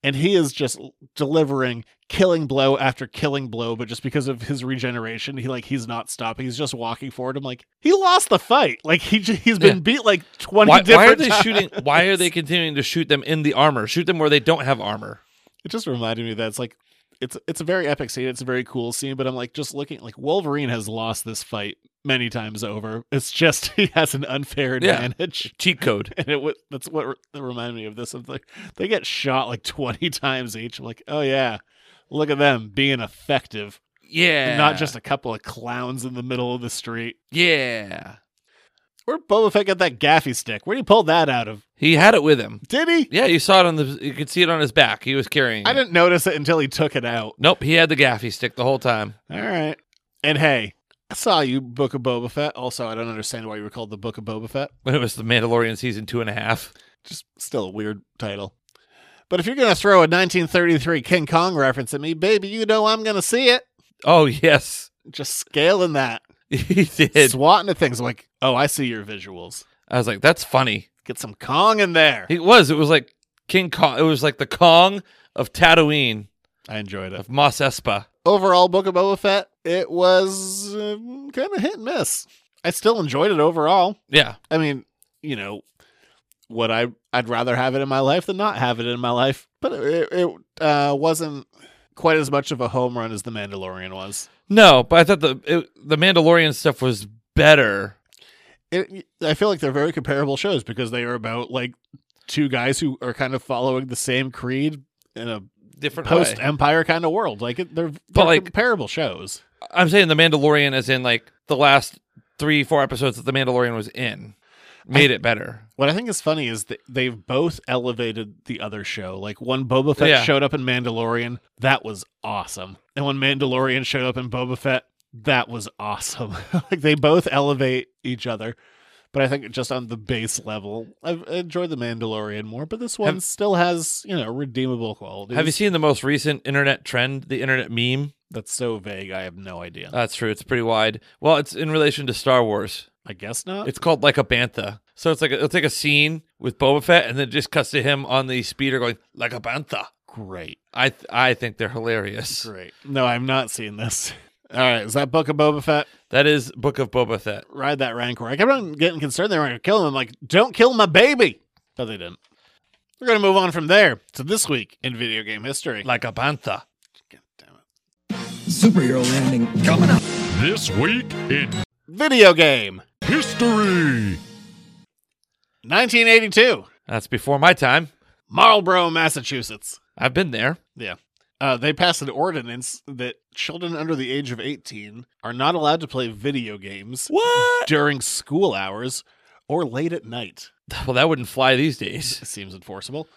Speaker 5: and he is just delivering killing blow after killing blow but just because of his regeneration he like he's not stopping he's just walking forward i'm like he lost the fight like he j- he's been
Speaker 6: Yeah.
Speaker 5: beat like 20
Speaker 6: Why, why are
Speaker 5: different
Speaker 6: they
Speaker 5: times.
Speaker 6: shooting?
Speaker 5: [LAUGHS]
Speaker 6: Why are they continuing to shoot them in the armor? Shoot them where they don't have armor.
Speaker 5: it just reminded me that it's like it's it's a very epic scene it's a very cool scene but i'm like just looking like wolverine has lost this fight many times over it's just [LAUGHS] he has an unfair
Speaker 6: Yeah.
Speaker 5: advantage [LAUGHS]
Speaker 6: Cheat code.
Speaker 5: and it wa- that's what re- that reminded me of this. It's like they get shot like twenty [LAUGHS] times each. I'm like, oh yeah, look at them being effective,
Speaker 6: Yeah.
Speaker 5: and not just a couple of clowns in the middle of the street.
Speaker 6: Yeah.
Speaker 5: Where Boba Fett got that gaffy stick? Where would he pull that out of?
Speaker 6: He had it with him.
Speaker 5: Did he?
Speaker 6: Yeah, you saw it on the. You could see it on his back. He was carrying.
Speaker 5: I
Speaker 6: it.
Speaker 5: didn't notice it until he took it out.
Speaker 6: Nope. He had the gaffy stick the whole time.
Speaker 5: All right. And hey, I saw you Book of Boba Fett. Also, I don't understand why you were called the Book of Boba Fett.
Speaker 6: When it was the Mandalorian season two and a half.
Speaker 5: Just still a weird title. But if you're gonna throw a 1933 King Kong reference at me, baby, you know I'm gonna see it.
Speaker 6: Oh yes, [LAUGHS]
Speaker 5: Just scaling that.
Speaker 6: he did.
Speaker 5: swatting at things like, oh, I see your visuals.
Speaker 6: I was like, that's funny.
Speaker 5: Get some Kong in there.
Speaker 6: It was. It was like King Kong. It was like the Kong of Tatooine
Speaker 5: I enjoyed it.
Speaker 6: of Mos Espa.
Speaker 5: Overall, Book of Boba Fett, it was um, kind of hit and miss. I still enjoyed it overall.
Speaker 6: Yeah.
Speaker 5: I mean, you know, what I I'd rather have it in my life than not have it in my life, but it, it uh, wasn't quite as much of a home run as the Mandalorian was.
Speaker 6: No, but I thought the it, the Mandalorian stuff was better.
Speaker 5: It, I feel like they're very comparable shows because they are about like two guys who are kind of following the same creed in a
Speaker 6: Different
Speaker 5: post
Speaker 6: way.
Speaker 5: Empire kind of world. Like it, they're, they're
Speaker 6: like-
Speaker 5: comparable shows.
Speaker 6: I'm saying the Mandalorian as in like the last three, four episodes that the Mandalorian was in made it better.
Speaker 5: What I think is funny is that they've both elevated the other show. Like when Boba Fett
Speaker 6: Yeah.
Speaker 5: showed up in Mandalorian, that was awesome, and when Mandalorian showed up in Boba Fett, that was awesome. [LAUGHS] like they both elevate each other. But I think just on the base level, I've enjoyed the Mandalorian more. But this one
Speaker 6: Have-
Speaker 5: still has you know redeemable qualities.
Speaker 6: Have you seen the most recent internet trend, the internet meme?
Speaker 5: That's so vague. I have no idea.
Speaker 6: That's true. It's pretty wide. Well, it's in relation to Star Wars.
Speaker 5: I guess not.
Speaker 6: It's called like a bantha. So it's like a, it'll take a scene with Boba Fett and then it just cuts to him on the speeder going like a bantha.
Speaker 5: great.
Speaker 6: I th- I think they're hilarious.
Speaker 5: Great. No, I'm not seeing this. [LAUGHS] All right, is that Book of Boba Fett?
Speaker 6: That is Book of Boba Fett.
Speaker 5: Ride that Rancor. I kept on getting concerned they were going to kill him. I'm like, don't kill my baby. But they didn't. We're going to move on from there to this week in video game history.
Speaker 6: Like a bantha.
Speaker 5: God damn it.
Speaker 2: Superhero landing coming up.
Speaker 10: This week in
Speaker 5: Video game
Speaker 10: history.
Speaker 5: 1982,
Speaker 6: That's before my time.
Speaker 5: Marlborough, Massachusetts.
Speaker 6: I've been there.
Speaker 5: Yeah. Uh, they passed an ordinance that children under the age of 18 are not allowed to play video games
Speaker 6: What?
Speaker 5: during school hours or late at night.
Speaker 6: Well, that wouldn't fly these days.
Speaker 5: seems enforceable,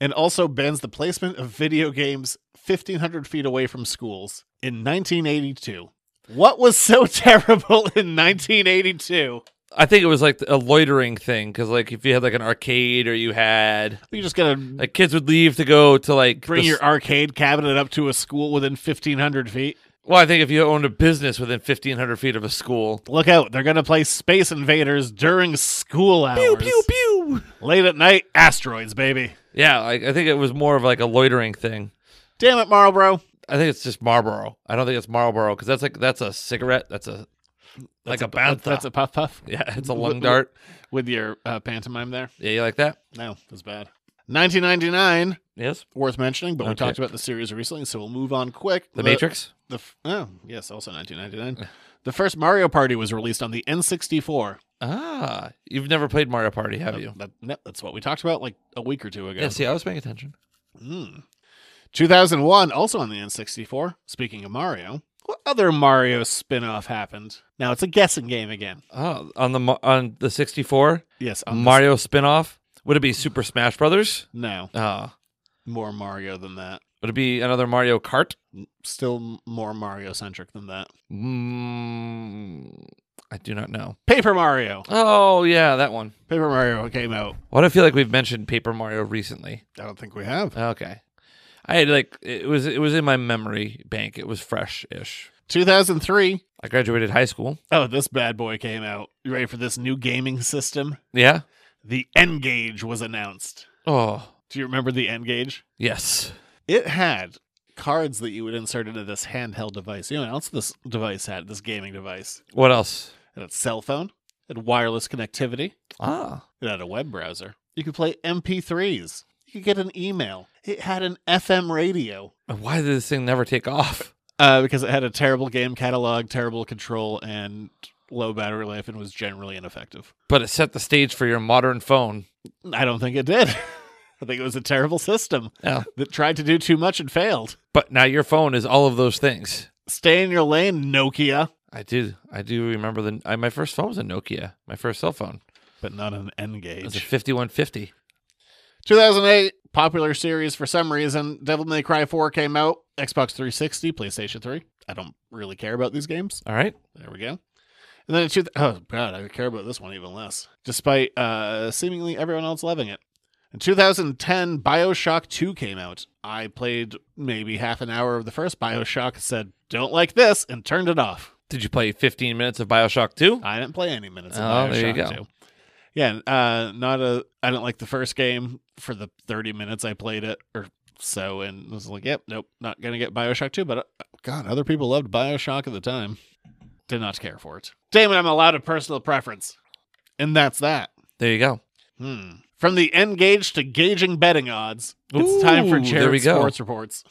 Speaker 5: and also bans the placement of video games 1,500 feet away from schools in 1982. What was so [LAUGHS] terrible in 1982?
Speaker 6: I think it was like a loitering thing because, like, if you had like an arcade or you had
Speaker 5: You just gotta
Speaker 6: like kids would leave to go to like
Speaker 5: bring
Speaker 6: the-
Speaker 5: your arcade cabinet up to a school within 1,500 feet.
Speaker 6: Well, I think if you owned a business within fifteen hundred feet of a school,
Speaker 5: Look out, they're gonna play Space Invaders during school hours.
Speaker 6: pew.
Speaker 5: Late at night, asteroids, baby.
Speaker 6: Yeah, like, I think it was more of like a loitering thing.
Speaker 5: Damn it, Marlboro.
Speaker 6: I think it's just Marlboro. I don't think it's Marlboro because that's like that's a cigarette. That's a like a bantha.
Speaker 5: That's a puff puff
Speaker 6: yeah, [LAUGHS] it's a
Speaker 5: Wh-
Speaker 6: lung
Speaker 5: wh-
Speaker 6: dart.
Speaker 5: with your uh, pantomime there.
Speaker 6: Yeah, you like that?
Speaker 5: No, that's bad. 1999.
Speaker 6: Yes.
Speaker 5: worth mentioning, but we
Speaker 6: Okay.
Speaker 5: talked about the series recently, so we'll move on quick.
Speaker 6: The Matrix.
Speaker 5: The f- oh yes, also 1999. the first Mario Party was released on the N64.
Speaker 6: Ah, Oh, you've never played Mario Party, have you?
Speaker 5: That- that- that's what we talked about like a week or two ago.
Speaker 6: Yeah. See, I was paying attention.
Speaker 5: Mm. 2001, also on the N64. Speaking of Mario, what other Mario spin-off happened? Now it's a guessing game again.
Speaker 6: Oh, on the mo- on the sixty four
Speaker 5: Yes, on this-
Speaker 6: Mario spinoff. Would it be Super Smash Brothers?
Speaker 5: No,
Speaker 6: Mm. Ah,
Speaker 5: more Mario than that.
Speaker 6: would it be another Mario Kart?
Speaker 5: Still m- more Mario centric than that.
Speaker 6: Mm, I do not know.
Speaker 5: Paper Mario.
Speaker 6: Oh yeah, that one.
Speaker 5: Paper Mario came out.
Speaker 6: Why do I feel like we've mentioned Paper Mario recently?
Speaker 5: I don't think we have.
Speaker 6: Okay, I had like it was it was in my memory bank. It was fresh ish.
Speaker 5: 2003,
Speaker 6: I graduated high school.
Speaker 5: Oh, this bad boy came out. You ready for this new gaming system?
Speaker 6: Yeah.
Speaker 5: The N Gauge was announced.
Speaker 6: Oh,
Speaker 5: Do you remember the N gauge?
Speaker 6: Yes.
Speaker 5: It had cards that you would insert into this handheld device. You know what else this device had? This gaming device.
Speaker 6: What else?
Speaker 5: It had a cell phone. It had wireless connectivity.
Speaker 6: Ah.
Speaker 5: It had a web browser. You could play MP3s. You could get an email. It had an FM radio
Speaker 6: Why did this thing never take off?
Speaker 5: uh, because it had a terrible game catalog, terrible control, and low battery life, and was generally ineffective.
Speaker 6: But it set the stage for your modern phone.
Speaker 5: I don't think it did. [LAUGHS] I think it was a terrible system
Speaker 6: Yeah.
Speaker 5: that tried to do too much and failed.
Speaker 6: But now your phone is all of those things.
Speaker 5: Stay in your lane, Nokia,
Speaker 6: I do. I do remember the. I, my first phone was a Nokia. My first cell phone.
Speaker 5: but not an N
Speaker 6: It was a
Speaker 5: gauge.
Speaker 6: 5150.
Speaker 5: 2008, popular series for some reason. Devil May Cry 4 came out. Xbox 360, PlayStation 3. I don't really care about these games.
Speaker 6: All right.
Speaker 5: There we go. And then in two, oh god, I care about this one even less, despite uh, seemingly everyone else loving it. In 2010, Bioshock 2 came out. I played maybe half an hour of the first Bioshock, said don't like this, and turned it off.
Speaker 6: Did you play 15 minutes of Bioshock 2?
Speaker 5: I didn't play any minutes of
Speaker 6: Oh,
Speaker 5: Bioshock
Speaker 6: there you go.
Speaker 5: 2. Yeah, uh, not a. I didn't like the first game for the 30 minutes I played it or so, and was like, yep, nope, not gonna get Bioshock 2. But uh, God, other people loved Bioshock at the time. Did not care for it. Damn it, I'm allowed a personal preference, and that's that.
Speaker 6: There you go.
Speaker 5: Hmm. From the N gauge to gauging betting odds, it's time for
Speaker 6: Ooh, there we
Speaker 5: Jared's
Speaker 6: go.
Speaker 5: sports reports.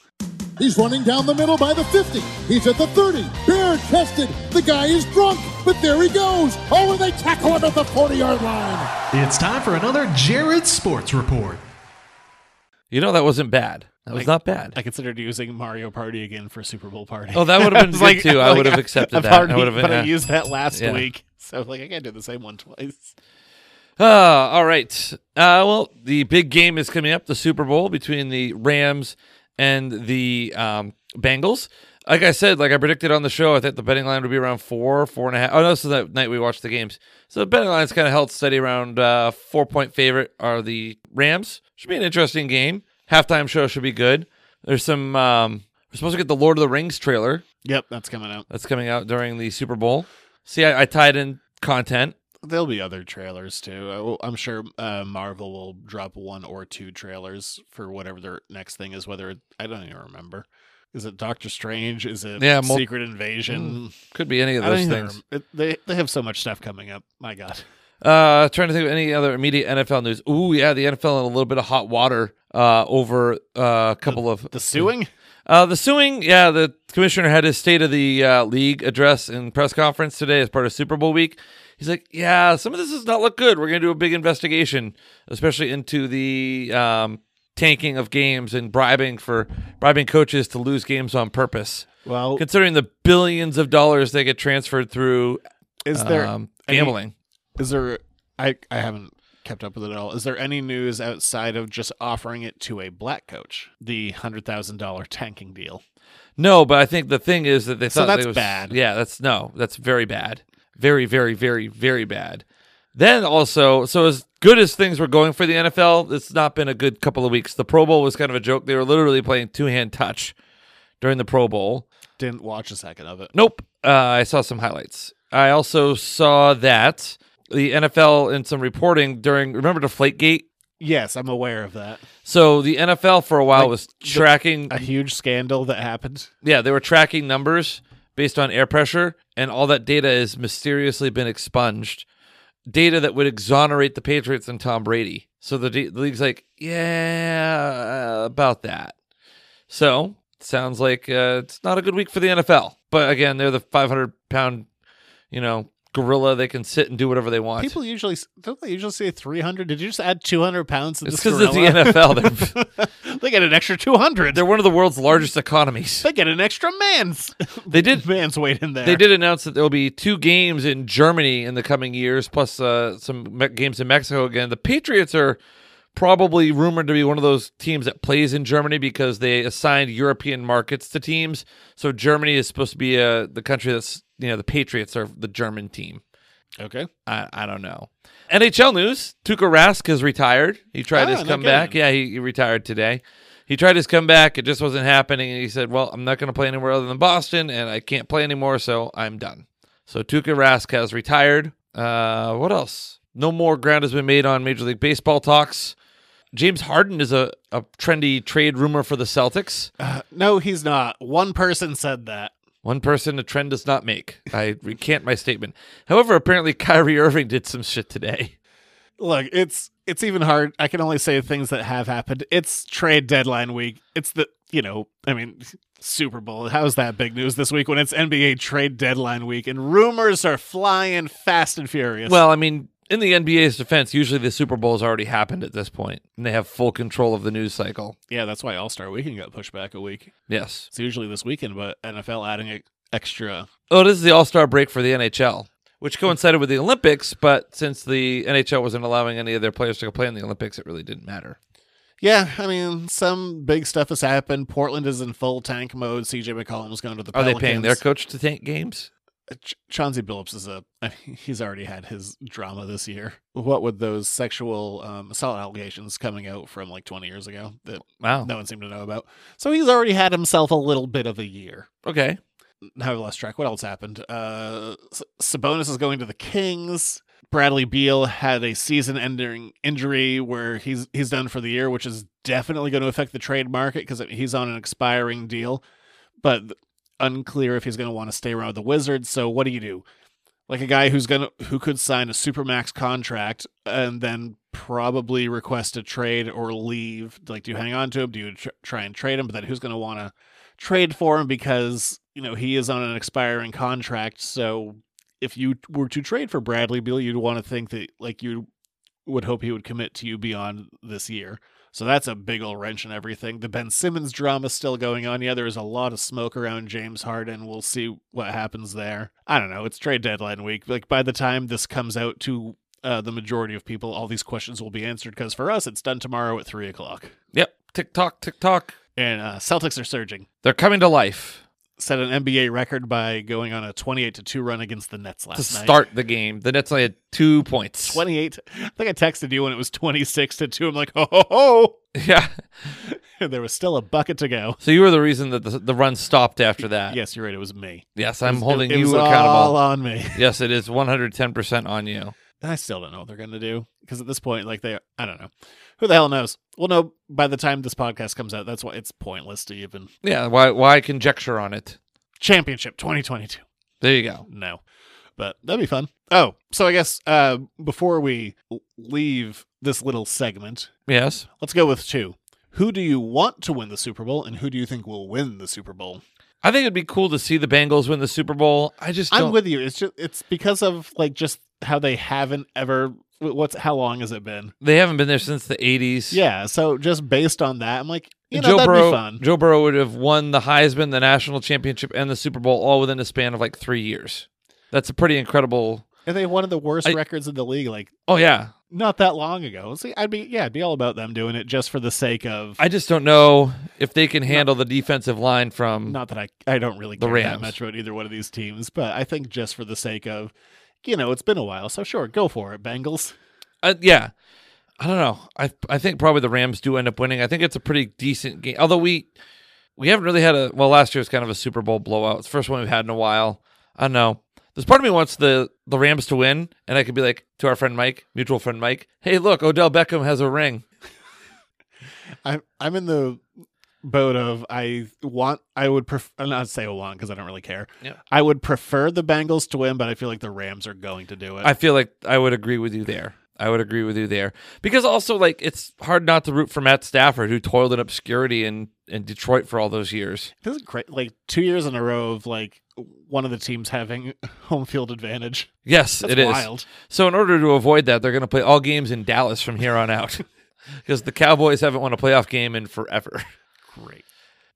Speaker 2: He's running down the middle by the 50. He's at the 30. Bare chested. The guy is drunk, but there he goes. Oh, and they tackle him at the 40 yard line.
Speaker 8: It's time for another Jared Sports Report.
Speaker 6: You know, that wasn't bad. That was
Speaker 5: Like-
Speaker 6: not bad.
Speaker 5: I considered using Mario Party again for Super Bowl Party.
Speaker 6: Oh,
Speaker 5: [LAUGHS]
Speaker 6: that would have
Speaker 5: was
Speaker 6: been good too. I would have accepted
Speaker 5: I've
Speaker 6: that. I
Speaker 5: already-
Speaker 6: would have been-
Speaker 5: but I
Speaker 6: yeah.
Speaker 5: used that last
Speaker 6: Yeah.
Speaker 5: week, so like I can't do the same one twice.
Speaker 6: Ah, all right. Uh, well, the big game is coming up, the Super Bowl between the Rams and the um, Bengals. Like I said, like I predicted on the show, I think the betting line would be around four, four and a half. Oh no, so that night we watched the games. So the betting line's kind of held steady around uh, four point favorite are the Rams. Should be an interesting game. Halftime show should be good. There's some. Um, we're supposed to get the Lord of the Rings trailer
Speaker 5: Yep, that's coming out.
Speaker 6: that's coming out during the Super Bowl. See, I, I tied in content.
Speaker 5: There'll be other trailers too. I will- I'm sure uh, Marvel will drop one or two trailers for whatever their next thing is. Whether it, I don't even remember. Is it Doctor Strange? Is it
Speaker 6: Yeah, mul-
Speaker 5: Secret Invasion?
Speaker 6: Could be any of
Speaker 5: I don't
Speaker 6: those
Speaker 5: even
Speaker 6: things.
Speaker 5: rem- it- they they have so much stuff coming up. My God,
Speaker 6: Uh, trying to think of any other immediate NFL news. Ooh, yeah, the NFL in a little bit of hot water uh, over uh, a couple of
Speaker 5: the suing.
Speaker 6: uh, the suing. Yeah, the commissioner had his state of the uh, league address and press conference today as part of Super Bowl week. He's like, yeah, some of this does not look good. We're going to do a big investigation, especially into the um, tanking of games and bribing for bribing coaches to lose games on purpose.
Speaker 5: Well,
Speaker 6: Considering the billions of dollars they get transferred through
Speaker 5: is there
Speaker 6: um,
Speaker 5: any-
Speaker 6: gambling.
Speaker 5: is there i i haven't kept up with it at all is there any news outside of just offering it to a black coach the hundred thousand dollar tanking deal
Speaker 6: No, but I think the thing is that they
Speaker 5: So
Speaker 6: thought
Speaker 5: that's
Speaker 6: they was,
Speaker 5: bad.
Speaker 6: Yeah, that's no, that's very bad, very, very, very, very bad. Then also, so as good as things were going for the NFL, it's not been a good couple of weeks. The Pro Bowl was kind of a joke. They were literally playing two hand touch during the Pro Bowl.
Speaker 5: didn't watch a second of it
Speaker 6: Nope, uh, I saw some highlights. I also saw that the NFL in some reporting during remember Deflategate.
Speaker 5: yes i'm aware of that
Speaker 6: So the NFL for a while
Speaker 5: Like
Speaker 6: was tracking
Speaker 5: a huge scandal that happened
Speaker 6: Yeah, they were tracking numbers based on air pressure, and all that data has mysteriously been expunged. Data that would exonerate the Patriots and Tom Brady. So the, D- the league's like, yeah, about that. So sounds like uh, it's not a good week for the NFL. But again, they're the 500 pound, you know, gorilla. They can sit and do whatever they want.
Speaker 5: people usually don't they usually say 300 did you just add 200 pounds to
Speaker 6: it's
Speaker 5: this
Speaker 6: because it's the
Speaker 5: gorilla?
Speaker 6: NFL.
Speaker 5: [LAUGHS]
Speaker 6: They're,
Speaker 5: they get an extra 200
Speaker 6: they're one of the world's largest economies.
Speaker 5: they get an extra man's [LAUGHS]
Speaker 6: They did
Speaker 5: man's weight in there
Speaker 6: They did announce that there will be two games in Germany in the coming years, plus uh, some me- games in Mexico again. The Patriots are probably rumored to be one of those teams that plays in Germany because they assigned European markets to teams. So Germany is supposed to be uh, the country that's you know the Patriots are the German team.
Speaker 5: okay
Speaker 6: I, I don't know. NHL news: Tuukka Rask has retired. He tried
Speaker 5: Ah,
Speaker 6: his
Speaker 5: no
Speaker 6: comeback.
Speaker 5: kidding.
Speaker 6: Yeah, he, he retired today. He tried his comeback. It just wasn't happening. And he said, "Well, I'm not going to play anywhere other than Boston, and I can't play anymore, so I'm done." So Tuukka Rask has retired. Uh, what else? No more ground has been made on Major League Baseball talks. James Harden is a, a trendy trade rumor for the Celtics.
Speaker 5: No, he's not. One person said that.
Speaker 6: One person a trend does not make. I recant my statement. However, apparently Kyrie Irving did some shit today.
Speaker 5: Look, it's it's even hard. I can only say things that have happened. It's trade deadline week. It's the you know, I mean, [LAUGHS] Super Bowl. How's that big news this week when it's NBA trade deadline week and rumors are flying fast and furious?
Speaker 6: Well, I mean, in the NBA's defense, usually the Super Bowl has already happened at this point, and they have full control of the news cycle.
Speaker 5: yeah, that's why All Star Weekend got pushed back a week.
Speaker 6: Yes.
Speaker 5: It's usually this weekend, but NFL adding an extra.
Speaker 6: Oh, this is the All Star break for the NHL, which coincided with the Olympics, but since the NHL wasn't allowing any of their players to go play in the Olympics, it really didn't matter.
Speaker 5: Yeah, I mean, some big stuff has happened. Portland is in full tank mode. CJ McCollum's going to the
Speaker 6: Are
Speaker 5: Pelicans. Uh,
Speaker 6: they paying their coach to tank games?
Speaker 5: Ch- Chauncey Billups is a [LAUGHS] I mean, he's already had his drama this year. What with those sexual um, assault allegations coming out from like 20 years ago that
Speaker 6: Wow.
Speaker 5: no one seemed to know about, so he's already had himself a little bit of a year.
Speaker 6: Okay.
Speaker 5: Now I've lost track. What else happened? Uh, S- Sabonis is going to the Kings. Bradley Beal had a season-ending injury where he's he's done for the year, which is definitely going to affect the trade market because he's on an expiring deal. But unclear if he's going to want to stay around with the Wizards. So what do you do? Like a guy who's gonna who could sign a supermax contract and then probably request a trade or leave. Like, do you hang on to him? Do you tr- try and trade him? But then who's going to want to trade for him because you know he is on an expiring contract? So if you were to trade for Bradley Beal, you'd want to think that like you would hope he would commit to you beyond this year. So that's a big ol' wrench and everything. The Ben Simmons drama's still going on. Yeah, there is a lot of smoke around James Harden. We'll see what happens there. I don't know. It's trade deadline week. Like by the time this comes out to uh, the majority of people, all these questions will be answered. Because for us, it's done tomorrow at three o'clock.
Speaker 6: Yep. Tick tock, tick tock.
Speaker 5: And uh, Celtics are surging.
Speaker 6: They're coming to life
Speaker 5: Set an NBA record by going on a twenty-eight to two run against the Nets last
Speaker 6: to
Speaker 5: night.
Speaker 6: start the game. The Nets only had two points.
Speaker 5: twenty-eight. I think I texted you when it was twenty-six to two. I'm like, "Oh, ho ho ho!
Speaker 6: [LAUGHS]
Speaker 5: [LAUGHS]
Speaker 6: Yeah.
Speaker 5: And there was still a bucket to go.
Speaker 6: So you were the reason that the, the run stopped after that.
Speaker 5: Yes, you're right. It was me.
Speaker 6: Yes, I'm
Speaker 5: It-
Speaker 6: holding
Speaker 5: it
Speaker 6: you
Speaker 5: was
Speaker 6: accountable.
Speaker 5: all on me. [LAUGHS]
Speaker 6: Yes, it is 110% on you.
Speaker 5: And I still don't know what they're going to do because at this point, like they, I don't know. Who the hell knows? We'll know by the time this podcast comes out. That's why it's pointless to even
Speaker 6: Yeah, why why conjecture on it?
Speaker 5: championship 2022.
Speaker 6: There you go.
Speaker 5: No, but that'd be fun. Oh, so I guess uh, before we l- leave this little segment,
Speaker 6: Yes.
Speaker 5: let's go with two. Who do you want to win the Super Bowl, and who do you think will win the Super Bowl?
Speaker 6: I think it'd be cool to see the Bengals win the Super Bowl. I just don't
Speaker 5: I'm with you. It's just it's because of like just how they haven't ever. wh- What's how long has it been?
Speaker 6: they haven't been there since the 80s.
Speaker 5: Yeah, so just based on that, I'm like, you know,
Speaker 6: Joe
Speaker 5: that'd
Speaker 6: Burrow
Speaker 5: be fun.
Speaker 6: Joe Burrow would have won the Heisman, the National Championship and the Super Bowl all within a span of like 3 years. That's a pretty incredible.
Speaker 5: And they have one of the worst
Speaker 6: I-
Speaker 5: records in the league, like
Speaker 6: Oh yeah.
Speaker 5: not that long ago. See, I'd be yeah, I'd be all about them doing it just for the sake of.
Speaker 6: I just don't know if they can handle the defensive line from
Speaker 5: not that I I don't really
Speaker 6: The
Speaker 5: care that
Speaker 6: Rams.
Speaker 5: much about either one of these teams, but I think just for the sake of, you know, it's been a while, so sure, go for it, Bengals.
Speaker 6: uh, yeah. I don't know. I I think probably the Rams do end up winning. I think it's a pretty decent game. Although we we haven't really had a well last year was kind of a Super Bowl blowout. It's the first one we've had in a while. I don't know. There's part of me wants the the Rams to win, and I could be like to our friend Mike, mutual friend Mike, hey look, Odell Beckham has a ring.
Speaker 5: I'm I'm in the boat of I want I would prefer I'm not say I want because I don't really care.
Speaker 6: Yeah.
Speaker 5: I would prefer the Bengals to win, but I feel like the Rams are going to do it.
Speaker 6: I feel like I would agree with you there. I would agree with you there. Because also like it's hard not to root for Matt Stafford who toiled in obscurity in, in Detroit for all those years.
Speaker 5: This is great. Like two years in a row of like one of the teams having [LAUGHS] home field advantage.
Speaker 6: Yes,
Speaker 5: That's
Speaker 6: it is.
Speaker 5: wild.
Speaker 6: So in order to avoid that, they're going to play all games in Dallas from here on out [LAUGHS] because the Cowboys haven't won a playoff game in forever.
Speaker 5: Great.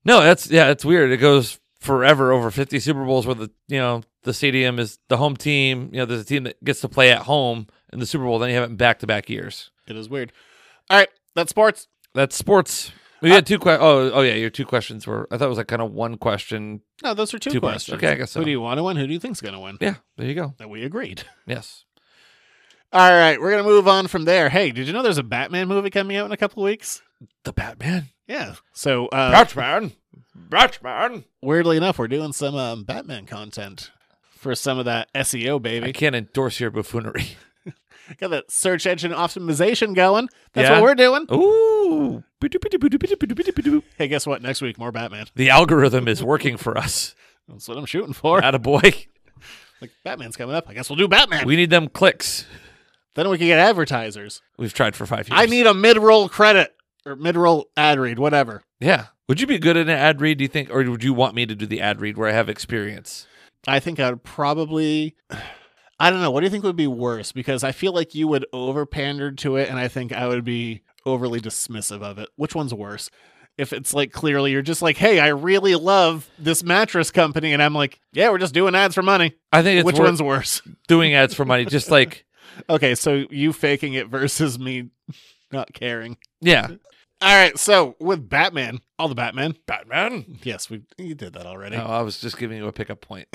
Speaker 6: No, that's yeah, it's weird. It goes forever over 50 Super Bowls where the, you know, the stadium is the home team, you know, there's a team that gets to play at home in the Super Bowl, then you have it in back-to-back years.
Speaker 5: It is weird. All right, that's sports.
Speaker 6: That's sports. We had two que- oh, oh yeah, your two questions were I thought it was like kind of one question.
Speaker 5: No, those are two,
Speaker 6: Two points.
Speaker 5: questions.
Speaker 6: Okay, I guess so.
Speaker 5: Who do you want to win? Who do you think's going to win?
Speaker 6: Yeah, there you go.
Speaker 5: That we agreed.
Speaker 6: Yes.
Speaker 5: All right, we're gonna move on from there. Hey, did you know there's a Batman movie coming out in a couple weeks?
Speaker 6: The Batman.
Speaker 5: Yeah. So uh,
Speaker 6: Batman. Batman.
Speaker 5: weirdly enough, we're doing some um, Batman content for some of that SEO
Speaker 6: I
Speaker 5: baby.
Speaker 6: [LAUGHS] can't endorse your buffoonery. [LAUGHS]
Speaker 5: Got that search engine optimization going. That's
Speaker 6: Yeah.
Speaker 5: what we're doing.
Speaker 6: Ooh. Ba-doop-ba-doop-ba-doop-ba-doop-ba-doop.
Speaker 5: Hey, guess what? Next week, more Batman.
Speaker 6: The algorithm is working for us.
Speaker 5: That's what I'm shooting for.
Speaker 6: Atta boy.
Speaker 5: Like Batman's coming up. I guess we'll do Batman.
Speaker 6: We need them clicks.
Speaker 5: then we can get advertisers.
Speaker 6: We've tried for five years.
Speaker 5: I need a mid-roll credit or mid-roll ad read, whatever.
Speaker 6: Yeah. Would you be good at an ad read, do you think? Or would you want me to do the ad read where I have experience?
Speaker 5: I think I'd probably. [SIGHS] I don't know. What do you think would be worse? Because I feel like you would over pander to it, and I think I would be overly dismissive of it. Which one's worse? If it's like clearly you're just like, hey, I really love this mattress company, and I'm like, yeah, we're just doing ads for money.
Speaker 6: I think it's
Speaker 5: Which
Speaker 6: worth
Speaker 5: one's worse? [LAUGHS]
Speaker 6: doing ads for money. Just like,
Speaker 5: Okay, so you faking it versus me [LAUGHS] not caring.
Speaker 6: yeah.
Speaker 5: All right, so with Batman, all the Batman.
Speaker 6: Batman. Oh.
Speaker 5: Yes, we you did that already
Speaker 6: No, I was just giving you a pickup point.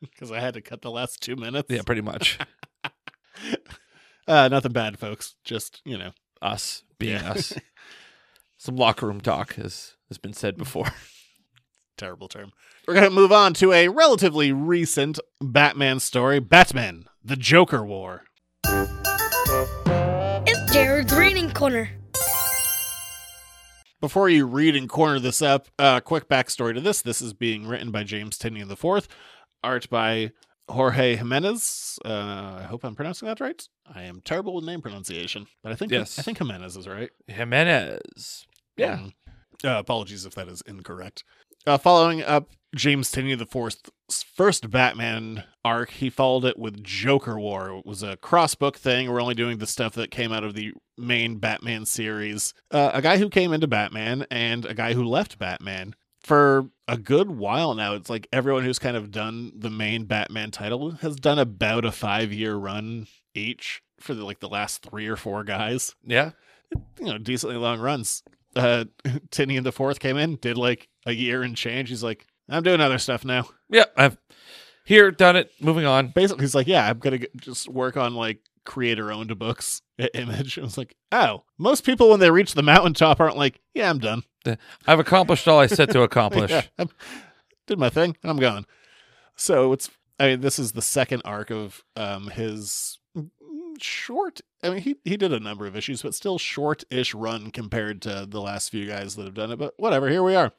Speaker 5: because I had to cut the last two minutes.
Speaker 6: Yeah, pretty much.
Speaker 5: Uh, nothing bad, folks. Just you know,
Speaker 6: us being us. Some locker room talk has, has been said before.
Speaker 5: terrible term. We're going to move on to a relatively recent Batman story Batman, the Joker War.
Speaker 9: It's Jared's reading corner.
Speaker 5: Before you read and corner this up, uh, quick backstory to this. This is being written by James Tinney IV, art by Jorge Jimenez. Uh, I hope I'm pronouncing that right. I am terrible with name pronunciation, but I think
Speaker 6: Yes.
Speaker 5: I think Jimenez is right.
Speaker 6: Jimenez. Yeah.
Speaker 5: Um, uh, apologies if that is incorrect. Uh, following up James Tinney the Fourth's first Batman arc, he followed it with Joker War. It was a crossbook thing. We're only doing the stuff that came out of the main Batman series. Uh, a guy who came into Batman and a guy who left Batman. For a good while now, it's like everyone who's kind of done the main Batman title has done about a five year run each for the, like the last three or four guys
Speaker 6: Yeah.
Speaker 5: you know decently long runs. Uh, [LAUGHS] Tinney and the fourth came in, did like a year and change. He's like, I'm doing other stuff now.
Speaker 6: Yeah. I've here, done it, moving on.
Speaker 5: Basically, he's like, yeah, I'm gonna get, just work on like creator owned books at Image. I was like, oh, most people when they reach the mountaintop aren't like, yeah, I'm done.
Speaker 6: I've accomplished all I set
Speaker 5: [LAUGHS]
Speaker 6: to accomplish.
Speaker 5: Yeah, I'm, did my thing. I'm gone. So it's I mean this is the second arc of um his short. I mean he he did a number of issues, but still short-ish run compared to the last few guys that have done it. But whatever, here we are.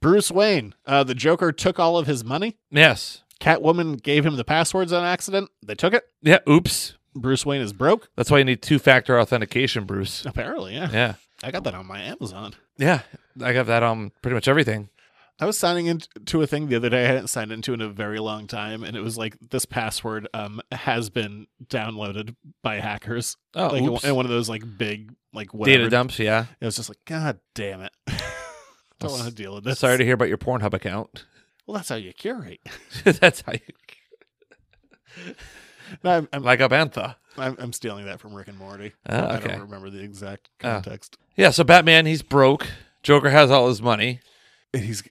Speaker 5: Bruce Wayne, uh, the Joker took all of his money.
Speaker 6: Yes.
Speaker 5: Catwoman gave him the passwords on accident. They took it.
Speaker 6: Yeah. Oops.
Speaker 5: Bruce Wayne is broke.
Speaker 6: That's why you need two factor authentication,
Speaker 5: [LAUGHS]
Speaker 6: Bruce.
Speaker 5: Apparently, yeah.
Speaker 6: Yeah.
Speaker 5: I got that on my Amazon.
Speaker 6: Yeah. I got that on pretty much everything.
Speaker 5: I was signing into a thing the other day I hadn't signed into in a very long time, and it was like this password um has been downloaded by hackers.
Speaker 6: Oh,
Speaker 5: like in
Speaker 6: oops.
Speaker 5: one of those like big like whatever.
Speaker 6: Data dumps. Yeah.
Speaker 5: It was just like, God damn it! [LAUGHS] Don't want to deal with this.
Speaker 6: Sorry to hear about your Pornhub account. [LAUGHS]
Speaker 5: Well, that's how you curate. [LAUGHS]
Speaker 6: That's how you
Speaker 5: No, I'm, I'm,
Speaker 6: like Abantha.
Speaker 5: I'm I'm stealing that from Rick and Morty.
Speaker 6: Ah,
Speaker 5: I
Speaker 6: okay.
Speaker 5: don't remember the exact
Speaker 6: Ah.
Speaker 5: context.
Speaker 6: Yeah. So Batman, he's broke. Joker has all his money.
Speaker 5: And he's,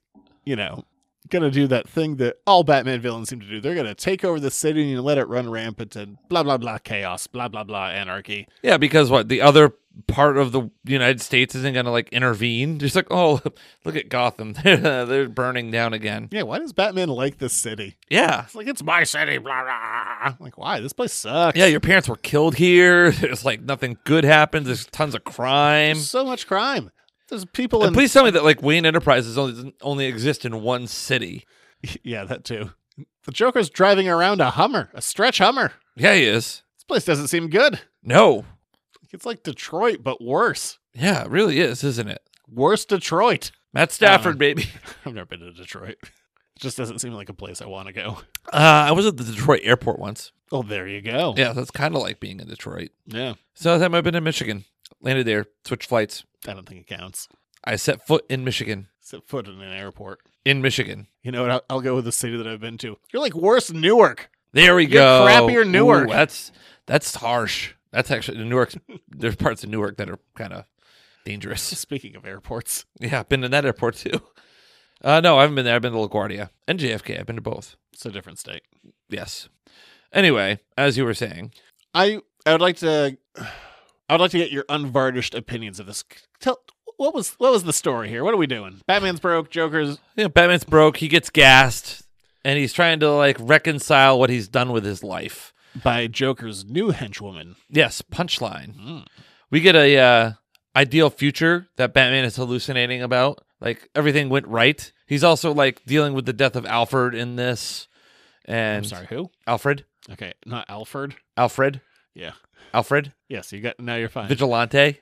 Speaker 5: you know, gonna do that thing that all Batman villains seem to do. They're gonna take over the city and let it run rampant and blah blah blah chaos, blah blah blah anarchy.
Speaker 6: Yeah, because what the other part of the United States isn't going to like intervene. Just like, oh, [LAUGHS] look at Gotham, [LAUGHS] they're burning down again.
Speaker 5: Yeah, why does Batman like this city?
Speaker 6: Yeah,
Speaker 5: It's like it's my city, blah blah. I'm like, why? This place sucks.
Speaker 6: yeah, your parents were killed here. [LAUGHS] There's like nothing good happens. There's tons of crime.
Speaker 5: There's so much crime. There's people in
Speaker 6: And please tell me that like Wayne Enterprises only doesn't- only exist in one city.
Speaker 5: [LAUGHS] Yeah, that too. The Joker's driving around a Hummer, a stretch Hummer.
Speaker 6: Yeah, he is.
Speaker 5: This place doesn't seem good.
Speaker 6: No.
Speaker 5: It's like Detroit, but worse.
Speaker 6: Yeah, it really is, isn't it?
Speaker 5: Worse Detroit. [LAUGHS]
Speaker 6: Matt Stafford,
Speaker 5: Uh-huh.
Speaker 6: baby. [LAUGHS]
Speaker 5: I've never been to Detroit. It just doesn't seem like a place I want to go.
Speaker 6: Uh, I was at the Detroit airport once.
Speaker 5: Oh, there you go.
Speaker 6: Yeah, that's kind of like being in Detroit.
Speaker 5: Yeah.
Speaker 6: So that time I've been in Michigan, landed there, switched flights.
Speaker 5: I don't think it counts.
Speaker 6: I set foot in Michigan.
Speaker 5: Set foot in an airport.
Speaker 6: In Michigan.
Speaker 5: You know what? I'll, I'll go with the city that I've been to. You're like worse Newark.
Speaker 6: There we
Speaker 5: You're
Speaker 6: go.
Speaker 5: crappier Newark.
Speaker 6: Ooh, that's that's harsh. That's actually Newark. there's parts of Newark that are kind of dangerous.
Speaker 5: Speaking of airports.
Speaker 6: Yeah, I've been in that airport too. Uh, no, I haven't been there. I've been to LaGuardia and JFK. I've been to both.
Speaker 5: It's a different state.
Speaker 6: Yes. Anyway, as you were saying,
Speaker 5: I I would like to [SIGHS] I would like to get your unvarnished opinions of this. Tell what was what was the story here? What are we doing? Batman's broke, Joker's
Speaker 6: you know, Batman's broke. He gets gassed, and he's trying to like reconcile what he's done with his life.
Speaker 5: by Joker's new henchwoman.
Speaker 6: Yes, punchline. We get a uh, ideal future that Batman is hallucinating about. Like everything went right. He's also like dealing with the death of Alfred in this. And
Speaker 5: I'm sorry, who?
Speaker 6: Alfred,
Speaker 5: Okay, not Alfred.
Speaker 6: Alfred,
Speaker 5: Yeah.
Speaker 6: Alfred,
Speaker 5: Yes, you got now you're fine.
Speaker 6: vigilante.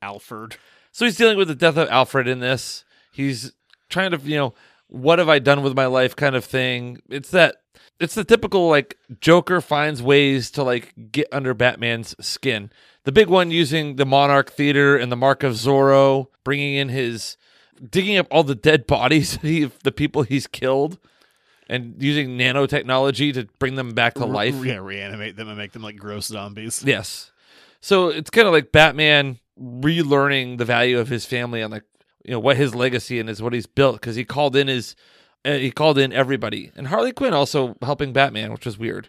Speaker 5: Alfred.
Speaker 6: So he's dealing with the death of Alfred in this. He's trying to, you know, what have I done with my life kind of thing. It's that it's the typical like Joker finds ways to like get under Batman's skin. The big one using the Monarch Theater and the Mark of Zorro, bringing in his digging up all the dead bodies [LAUGHS] of the- the people he's killed and using nanotechnology to bring them back to life.
Speaker 5: Yeah, reanimate them and make them like gross zombies.
Speaker 6: Yes. So it's kind of like Batman relearning the value of his family and like you know what his legacy and is what he's built because he called in his uh, he called in everybody and Harley Quinn also helping Batman, which was weird.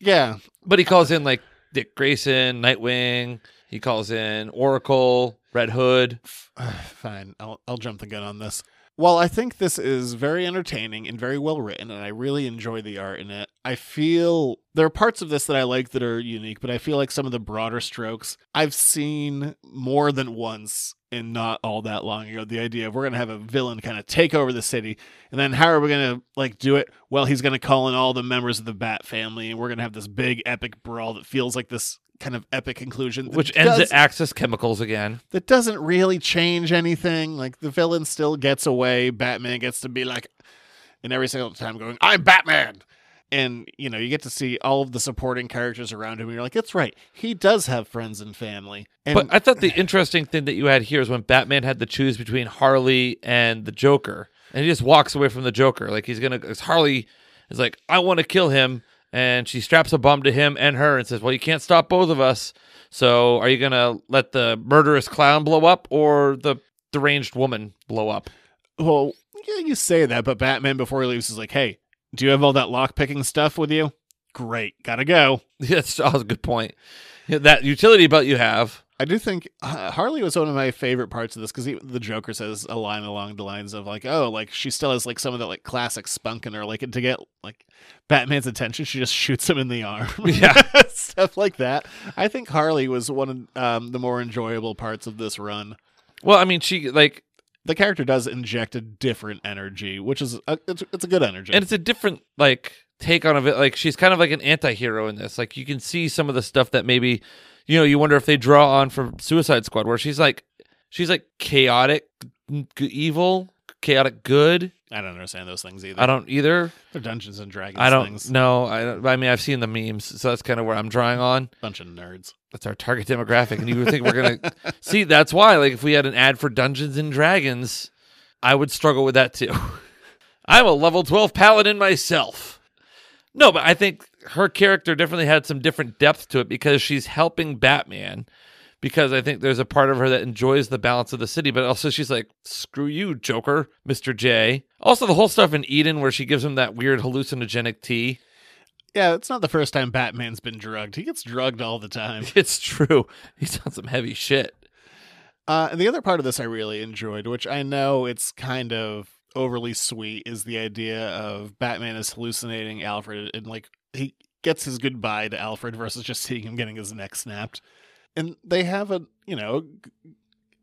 Speaker 5: Yeah.
Speaker 6: But he calls in like Dick Grayson, Nightwing. He calls in Oracle, Red Hood.
Speaker 5: [SIGHS] Fine. I'll I'll jump the gun on this. While I think this is very entertaining and very well written, and I really enjoy the art in it, I feel there are parts of this that I like that are unique, but I feel like some of the broader strokes I've seen more than once and not all that long ago. The idea of we're going to have a villain kind of take over the city, and then how are we going to like do it? Well, he's going to call in all the members of the Bat family, and we're going to have this big epic brawl that feels like this kind of epic conclusion, that
Speaker 6: Which ends
Speaker 5: does-
Speaker 6: at Axis Chemicals again.
Speaker 5: that doesn't really change anything. Like the villain still gets away. Batman gets to be like, and every single time going, "I'm Batman," and you know you get to see all of the supporting characters around him. And you're like, "That's right, he does have friends and family." And
Speaker 6: But I thought the interesting thing that you had here is when Batman had to choose between Harley and the Joker, and he just walks away from the Joker like he's gonna. 'cause Harley is like, I want to kill him, and she straps a bomb to him and her and says, "Well, you can't stop both of us. So are you gonna let the murderous clown blow up or the deranged woman blow up?" [LAUGHS]
Speaker 5: well, yeah, you say that, but Batman before he leaves is like, "Hey, do you have all that lock picking stuff with you?" Great, gotta go.
Speaker 6: That's that was a good point. Yeah, That utility belt you have. [LAUGHS]
Speaker 5: I do think uh, Harley was one of my favorite parts of this because the Joker says a line along the lines of like, "Oh, like she still has like some of that like classic spunk in her, like and to get like Batman's attention, she just [LAUGHS] shoots him in the arm,
Speaker 6: [LAUGHS] Yeah.
Speaker 5: [LAUGHS] stuff like that." I think Harley was one of um, the more enjoyable parts of this run.
Speaker 6: Well, I mean, she like
Speaker 5: The character does inject a different energy, which is a, it's, it's a good energy.
Speaker 6: and it's a different like take on of it like she's kind of like an anti-hero in this like you can see some of the stuff that maybe you know you wonder if they draw on from suicide squad where she's like she's like chaotic g- evil chaotic good
Speaker 5: I don't understand those things either.
Speaker 6: i don't either
Speaker 5: They're Dungeons and Dragons.
Speaker 6: i don't
Speaker 5: things.
Speaker 6: know i don't, i mean i've seen the memes so that's kind of where i'm drawing on
Speaker 5: Bunch of nerds.
Speaker 6: that's our target demographic and you would think we're gonna see that's why like if we had an ad for dungeons and dragons i would struggle with that too [LAUGHS] i'm a level 12 paladin myself no but i think her character definitely had some different depth to it because she's helping batman because i think there's a part of her that enjoys the balance of the city but also she's like screw you joker mr j also the whole stuff in eden where she gives him that weird hallucinogenic tea
Speaker 5: Yeah, it's not the first time Batman's been drugged. He gets drugged all the time.
Speaker 6: [LAUGHS] it's true he's on some heavy shit
Speaker 5: Uh, and the other part of this I really enjoyed, which I know it's kind of overly sweet, is the idea of Batman is hallucinating Alfred and like he gets his goodbye to Alfred versus just seeing him getting his neck snapped. And they have a you know, g-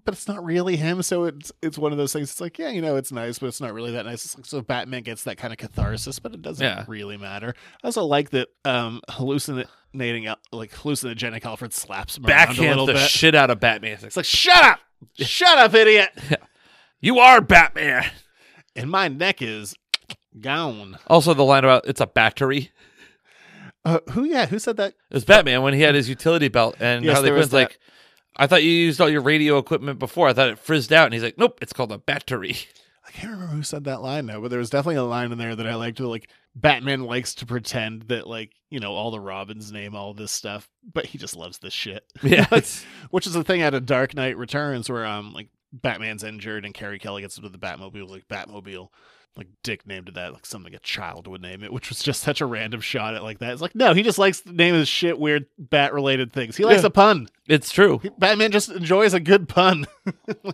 Speaker 5: but it's not really him. So it's it's one of those things. It's like yeah, you know, it's nice, but it's not really that nice. It's like, so Batman gets that kind of catharsis, but it doesn't
Speaker 6: Yeah.
Speaker 5: really matter. I also like that um hallucinating Al- like hallucinogenic Alfred slaps him around a
Speaker 6: backhand
Speaker 5: little
Speaker 6: the
Speaker 5: bit.
Speaker 6: shit out of Batman. It's like,
Speaker 5: It's like, shut up! Shut up,
Speaker 6: [LAUGHS]
Speaker 5: idiot!
Speaker 6: you are Batman.
Speaker 5: And my neck is gone.
Speaker 6: Also, the line about it's a battery.
Speaker 5: Uh, who, yeah, who said that?
Speaker 6: It was Batman when he had his utility belt, and
Speaker 5: Yes,
Speaker 6: how Harley
Speaker 5: there was
Speaker 6: Quinn's like, I thought you used all your radio equipment before. I thought it frizzed out. And he's like, nope, it's called
Speaker 5: [LAUGHS]
Speaker 6: a battery.
Speaker 5: I can't remember who said that line now, but there was definitely a line in there that I liked. where, Like, Batman likes to pretend that, like, you know, all the Robins name all this stuff, but he just loves this shit. [LAUGHS]
Speaker 6: [LAUGHS] Yeah.
Speaker 5: Like, which is the thing out of Dark Knight Returns where, um, like, Batman's injured and Carrie Kelly gets into the Batmobile, like, Batmobile. Like, Dick named it that, like, something a child would name it, which was just such a random shot at, like, that. It's like, no, he just likes the name of the shit, weird bat related things. He likes
Speaker 6: Yeah.
Speaker 5: a pun.
Speaker 6: It's true.
Speaker 5: [LAUGHS] Batman just enjoys a good pun.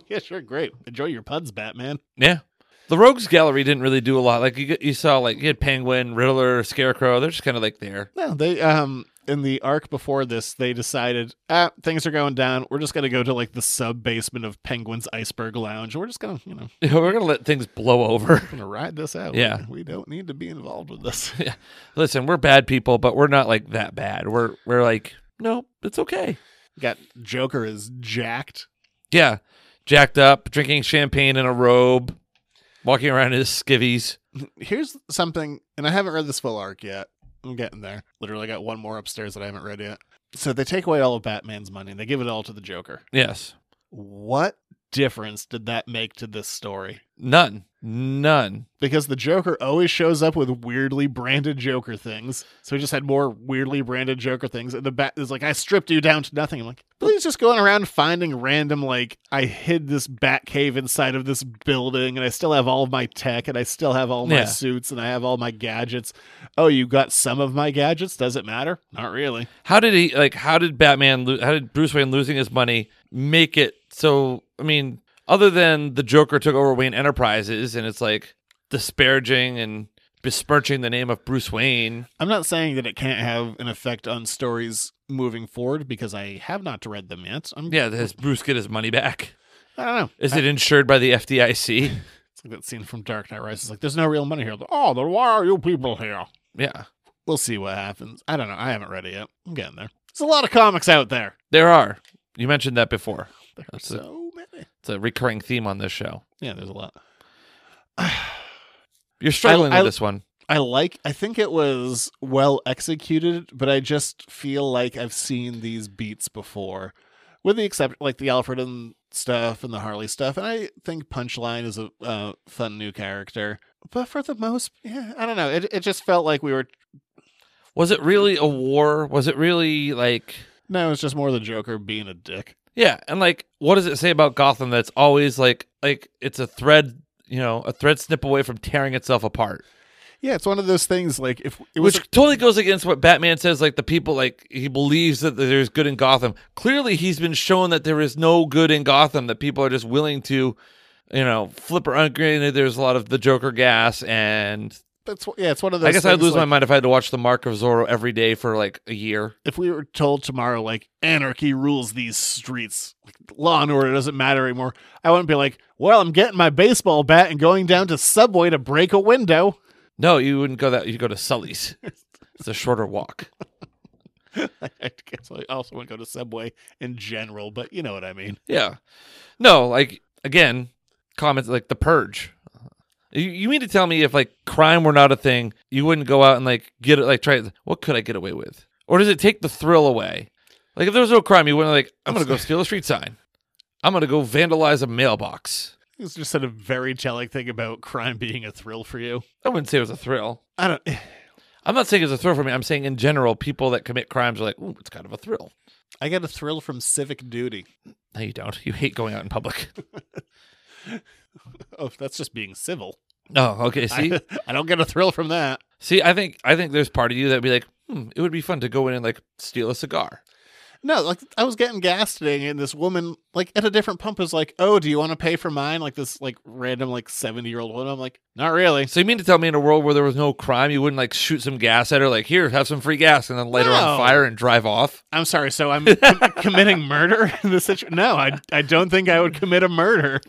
Speaker 5: yeah, sure, great. Enjoy your puns, Batman.
Speaker 6: Yeah. The Rogues Gallery didn't really do a lot. Like you, you saw, like you had Penguin, Riddler, Scarecrow. They're just kind of like there. [LAUGHS]
Speaker 5: No, they um in the arc before this, they decided ah things are going down. We're just gonna go to like the sub basement of Penguin's Iceberg Lounge. We're just gonna you know
Speaker 6: We're gonna let things blow over.
Speaker 5: gonna ride this out.
Speaker 6: Yeah.
Speaker 5: we, we don't need to be involved with this. [LAUGHS]
Speaker 6: yeah. Listen, we're bad people, but we're not like that bad. We're we're like no, it's okay.
Speaker 5: Got Joker is jacked.
Speaker 6: Yeah, jacked up, drinking champagne in a robe, walking around in his skivvies.
Speaker 5: Here's something, and I haven't read this full arc yet. I'm getting there. Literally got one more upstairs that I haven't read yet. So they take away all of Batman's money and they give it all to the Joker.
Speaker 6: Yes,
Speaker 5: What difference did that make to this story?
Speaker 6: none, none.
Speaker 5: Because the Joker always shows up with weirdly branded Joker things. So he just had more weirdly branded Joker things. And the bat is like, I stripped you down to nothing. I'm like, but he's just going around finding random, like, I hid this bat cave inside of this building and I still have all of my tech and I still have all my
Speaker 6: Yeah.
Speaker 5: suits and I have all my gadgets. Oh, you got some of my gadgets? Does it matter? Not really.
Speaker 6: How did he like? How did Batman? Lo- how did Bruce Wayne losing his money make it so? I mean, other than the Joker took over Wayne Enterprises, and it's like disparaging and besmirching the name of Bruce Wayne.
Speaker 5: I'm not saying that it can't have an effect on stories moving forward because I have not read them yet. I'm,
Speaker 6: Yeah, does Bruce get his money back?
Speaker 5: I don't know.
Speaker 6: Is it insured by the FDIC?
Speaker 5: It's like that scene from Dark Knight Rises. Like, there's no real money here. Oh, then why are you people here?
Speaker 6: [LAUGHS] yeah,
Speaker 5: We'll see what happens. I don't know. I haven't read it yet. I'm getting there. There's a lot of comics out there.
Speaker 6: there are. You mentioned that before.
Speaker 5: There are
Speaker 6: That's it.
Speaker 5: so many.
Speaker 6: It's a recurring theme on this show.
Speaker 5: Yeah, there's a lot.
Speaker 6: You're struggling
Speaker 5: I-
Speaker 6: with this one.
Speaker 5: I like. I think it was well executed, but I just feel like I've seen these beats before, with the exception like the Alfred and stuff and the Harley stuff. And I think Punchline is a uh, fun new character, but for the most, yeah, I don't know. It it just felt like we were.
Speaker 6: Was it really a war? Was it really like
Speaker 5: No, it's just more the Joker being a dick.
Speaker 6: yeah? And like, what does it say about Gotham that's always like like it's a thread, you know, a thread snip away from tearing itself apart,
Speaker 5: Yeah, it's one of those things. Like if it was
Speaker 6: which totally goes against what Batman says. Like the people, like he believes that there's good in Gotham. Clearly, he's been shown that there is no good in Gotham. That people are just willing to, you know, flip around. Granted, there's a lot of the Joker gas and.
Speaker 5: That's yeah. It's one of those.
Speaker 6: I guess I'd
Speaker 5: things,
Speaker 6: lose my
Speaker 5: like,
Speaker 6: mind if I had to watch The Mark of Zorro every day for like a year.
Speaker 5: if we were told tomorrow, like anarchy rules these streets, like, law and order doesn't matter anymore. I wouldn't be like, well, I'm getting my baseball bat and going down to Subway to break a window. [LAUGHS]
Speaker 6: No, you wouldn't go that. You go to Sully's. It's a shorter walk.
Speaker 5: I guess I also wouldn't go to Subway in general, but you know what I mean.
Speaker 6: Yeah. No, like again, comments like the purge. You, you mean to tell me if like crime were not a thing, you wouldn't go out and like get it like try it- what could I get away with? Or does it take the thrill away? Like if there was no crime, you wouldn't like I'm gonna go steal a street sign. I'm gonna go vandalize a mailbox.
Speaker 5: It's just said a very telling thing about crime being a thrill for you.
Speaker 6: I wouldn't say it was a thrill.
Speaker 5: I don't.
Speaker 6: I'm not saying it's a thrill for me. I'm saying in general, people that commit crimes are like, ooh, it's kind of a thrill.
Speaker 5: I get a thrill from civic duty.
Speaker 6: No, you don't. [LAUGHS] You hate going out in public. [LAUGHS]
Speaker 5: Oh, that's just being civil.
Speaker 6: Oh, okay. See,
Speaker 5: I, [LAUGHS] I don't get a thrill from that.
Speaker 6: See, I think I think there's part of you that'd be like, hmm, it would be fun to go in and like steal a cigar.
Speaker 5: No, like I was getting gas today, and this woman, like at a different pump, was like, "Oh, do you want to pay for mine?" Like this, like random, like seventy year old woman. I'm like, "Not really."
Speaker 6: So you mean to tell me in a world where there was no crime, you wouldn't like shoot some gas at her, like here, have some free gas, and then light her
Speaker 5: No.
Speaker 6: on fire and drive off?
Speaker 5: I'm sorry. So I'm
Speaker 6: [LAUGHS]
Speaker 5: com- committing murder in this situation. No, I I don't think I would commit a murder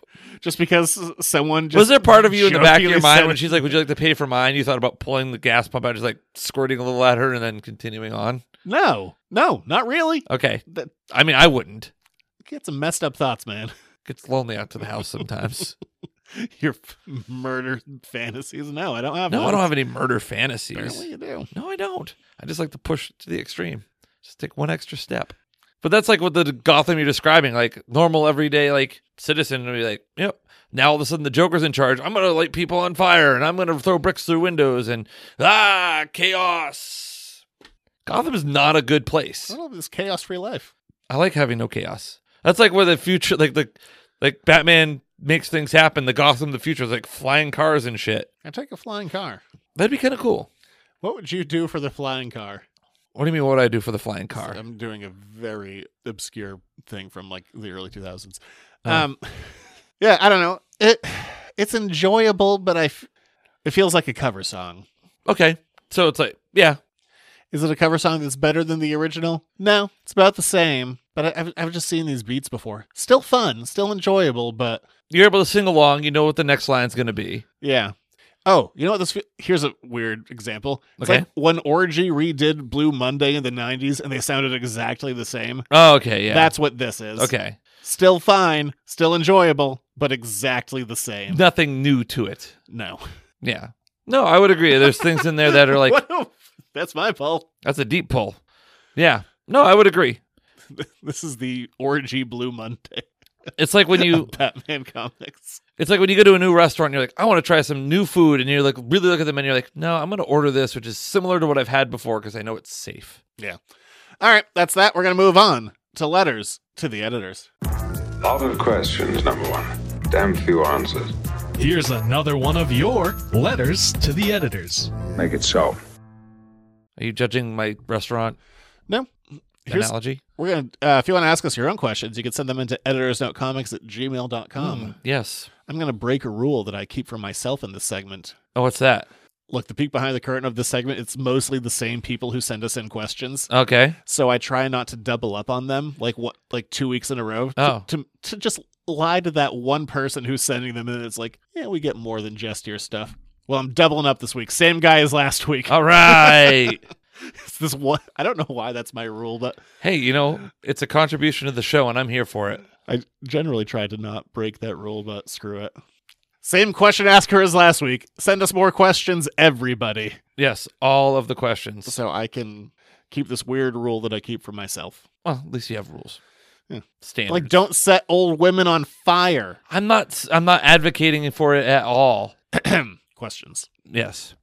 Speaker 5: just because someone. Just
Speaker 6: was there part of you in the back of your
Speaker 5: jokingly
Speaker 6: mind
Speaker 5: said
Speaker 6: when
Speaker 5: it?
Speaker 6: she's like, "Would you like to pay for mine?" You thought about pulling the gas pump out, just like squirting a little at her, and then continuing on.
Speaker 5: No, no, not really.
Speaker 6: Okay,
Speaker 5: That
Speaker 6: I mean, I wouldn't.
Speaker 5: get some messed up thoughts, man. [LAUGHS]
Speaker 6: Gets lonely out to the house sometimes.
Speaker 5: Your f- murder fantasies. No, I don't have.
Speaker 6: no, I
Speaker 5: those.
Speaker 6: don't have any murder fantasies.
Speaker 5: Apparently, you do.
Speaker 6: No, I don't. I just like to push to the extreme. Just take one extra step. But that's like what the Gotham you're describing, like normal everyday like citizen would be like, yep. Now all of a sudden the Joker's in charge. I'm gonna light people on fire and I'm gonna throw bricks through windows and ah chaos. Gotham is not a good place.
Speaker 5: I don't have this chaos free life.
Speaker 6: I like having no chaos. That's like where the future, like the like Batman makes things happen. The Gotham, of the future is like flying cars and shit.
Speaker 5: I take a flying car.
Speaker 6: That'd be kind of cool.
Speaker 5: What would you do for the flying car?
Speaker 6: What do you mean? What would I do for the flying car?
Speaker 5: I'm doing a very obscure thing from like the early 2000s.
Speaker 6: Oh.
Speaker 5: Um, yeah, I don't know. It it's enjoyable, but I f- it feels like a cover song.
Speaker 6: Okay. So it's like, yeah,
Speaker 5: Is it a cover song that's better than the original? No, it's about the same. But I, I've, I've just seen these beats before. Still fun, still enjoyable, but
Speaker 6: you're able to sing along. You know what the next line's going to be.
Speaker 5: yeah. Oh, you know what? This fe- here's a weird example. It's
Speaker 6: Okay.
Speaker 5: like when Orgy redid Blue Monday in the '90s, and they sounded exactly the same.
Speaker 6: Oh, okay. Yeah.
Speaker 5: That's what this is.
Speaker 6: okay.
Speaker 5: Still fine, still enjoyable, but exactly the same.
Speaker 6: Nothing new to it.
Speaker 5: No.
Speaker 6: Yeah. No, I would agree. There's things in
Speaker 5: [LAUGHS]
Speaker 6: there that are like,
Speaker 5: What a- that's my fault.
Speaker 6: that's a deep pull. Yeah. No, I would agree.
Speaker 5: This is the Orgy Blue Monday [LAUGHS]
Speaker 6: It's like when you
Speaker 5: Batman comics.
Speaker 6: It's like when you go to a new restaurant and you're like, I want to try some new food. And you're like, really look at the menu. You're like, no, I'm going to order this, which is similar to what I've had before because I know it's safe.
Speaker 5: All right, that's that. We're gonna move on to letters to the editors.
Speaker 11: Lot of questions, number one. Damn few answers.
Speaker 8: Here's another one of your letters to the editors.
Speaker 11: Make it so.
Speaker 6: Are you judging my restaurant
Speaker 5: No, here's
Speaker 6: analogy?
Speaker 5: we're gonna. Uh, if you want to ask us your own questions, you can send them into editorsnotecomics at gmail.com.
Speaker 6: Yes.
Speaker 5: I'm gonna break a rule that I keep for myself in this segment.
Speaker 6: Oh, what's that?
Speaker 5: Look, the peek behind the curtain of this segment, it's mostly the same people who send us in questions.
Speaker 6: Okay.
Speaker 5: so I try not to double up on them like what like two weeks in a row. to-
Speaker 6: Oh.
Speaker 5: To, to just lie to that one person who's sending them and it's like, yeah, we get more than just your stuff. Well, I'm doubling up this week. Same guy as last week.
Speaker 6: [LAUGHS] All right.
Speaker 5: It's [LAUGHS] this one I don't know why that's my rule, but
Speaker 6: hey, you know, it's a contribution to the show and I'm here for it.
Speaker 5: I generally try to not break that rule, but screw it. Same question asker as last week. Send us more questions, everybody.
Speaker 6: Yes. All of the questions.
Speaker 5: So I can keep this weird rule that I keep for myself.
Speaker 6: Well, at least you have rules.
Speaker 5: Yeah.
Speaker 6: Standards.
Speaker 5: Like don't set old women on fire.
Speaker 6: I'm not, I'm not advocating for it at all.
Speaker 5: questions.
Speaker 6: Yes.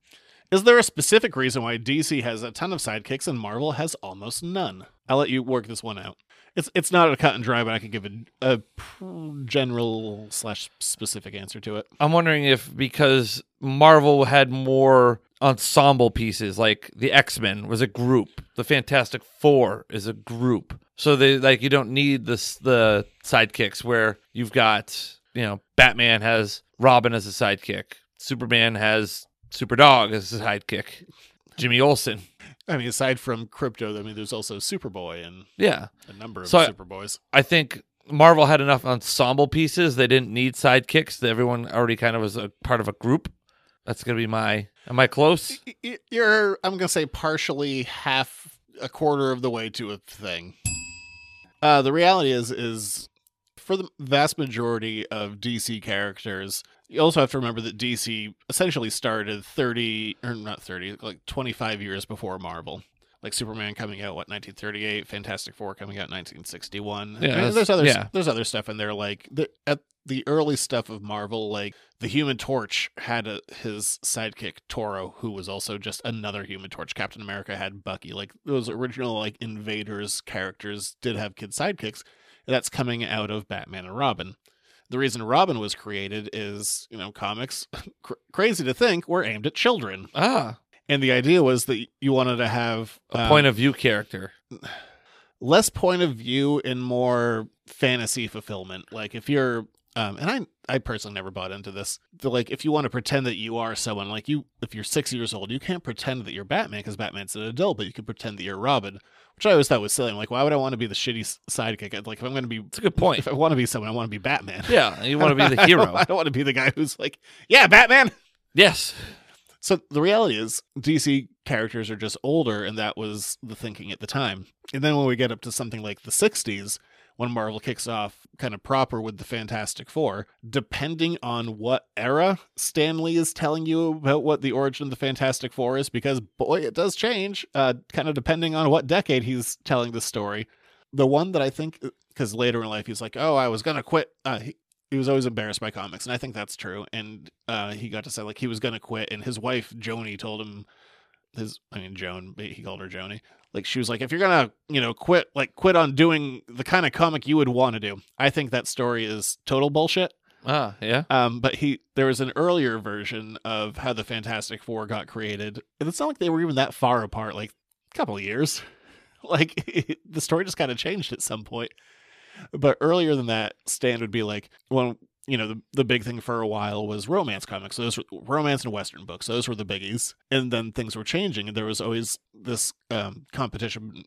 Speaker 5: Is there a specific reason why DC has a ton of sidekicks and Marvel has almost none? I'll let you work this one out. It's it's not a cut and dry, but I could give a, a pr- general slash specific answer to it.
Speaker 6: I'm wondering if because Marvel had more ensemble pieces, like the X Men was a group, the Fantastic Four is a group, so they like you don't need this the sidekicks where you've got you know Batman has Robin as a sidekick, Superman has Superdog as a sidekick, Jimmy Olsen,
Speaker 5: I mean, aside from Crypto, I mean, there's also Superboy and
Speaker 6: yeah.
Speaker 5: a number of
Speaker 6: So I-
Speaker 5: Superboys.
Speaker 6: I think Marvel had enough ensemble pieces; they didn't need sidekicks. That everyone already kind of was a part of a group. That's gonna be my. Am I close?
Speaker 5: Y- y- You're, I'm gonna say, partially half, a quarter of the way to a thing. Uh, the reality is, is for the vast majority of DC characters, you also have to remember that DC essentially started 30 or not 30, like 25 years before Marvel. Like Superman coming out what 1938, Fantastic Four coming out 1961.
Speaker 6: Yeah,
Speaker 5: I mean,
Speaker 6: that's-
Speaker 5: there's other
Speaker 6: yeah.
Speaker 5: there's other stuff in there like the, at the early stuff of Marvel, like the Human Torch had a, his sidekick Toro, who was also just another Human Torch. Captain America had Bucky. Like those original like Invaders characters did have kid sidekicks. and That's coming out of Batman and Robin. The reason Robin was created is, you know, comics, [LAUGHS] cr- crazy to think, were aimed at children.
Speaker 6: Ah,
Speaker 5: And the idea was that you wanted to have uh,
Speaker 6: a point of view character.
Speaker 5: less point of view and more fantasy fulfillment. Like if you're um and I I personally never bought into this. The, like if you want to pretend that you are someone like you if you're 6 years old, you can't pretend that you're Batman cuz Batman's an adult, but you can pretend that you're Robin, which I always thought was silly. I'm like why would I want to be the shitty s- sidekick? Like if I'm going to be
Speaker 6: It's a good
Speaker 5: [LAUGHS]
Speaker 6: point.
Speaker 5: if I want to be someone, I want to be Batman.
Speaker 6: Yeah, you want to be
Speaker 5: [LAUGHS]
Speaker 6: the
Speaker 5: I don't-
Speaker 6: hero.
Speaker 5: I don't want to be the guy who's like, "Yeah, Batman."
Speaker 6: Yes.
Speaker 5: So the reality is DC characters are just older, and that was the thinking at the time. And then when we get up to something like the 60s, when Marvel kicks off kind of proper with the Fantastic Four, depending on what era Stanley is telling you about what the origin of the Fantastic Four is, because boy, it does change, uh, kind of depending on what decade he's telling the story. The one that I think, because later in life he's like, oh, I was going to quit. Uh, he- he was always embarrassed by comics, and I think that's true. And uh, he got to say like he was gonna quit, and his wife Joni told him his I mean Joan, but he called her Joni. Like she was like, if you're gonna you know quit, like quit on doing the kind of comic you would want to do. I think that story is total bullshit.
Speaker 6: Ah, yeah.
Speaker 5: Um, but he there was an earlier version of how the Fantastic Four got created, and it's not like they were even that far apart, like a couple of years. [LAUGHS] Like [LAUGHS] the story just kind of changed at some point. But earlier than that, Stan would be like, when you know, the, the big thing for a while was romance comics. So those were romance and Western books. Those were the biggies. And then things were changing. And there was always this um, competition,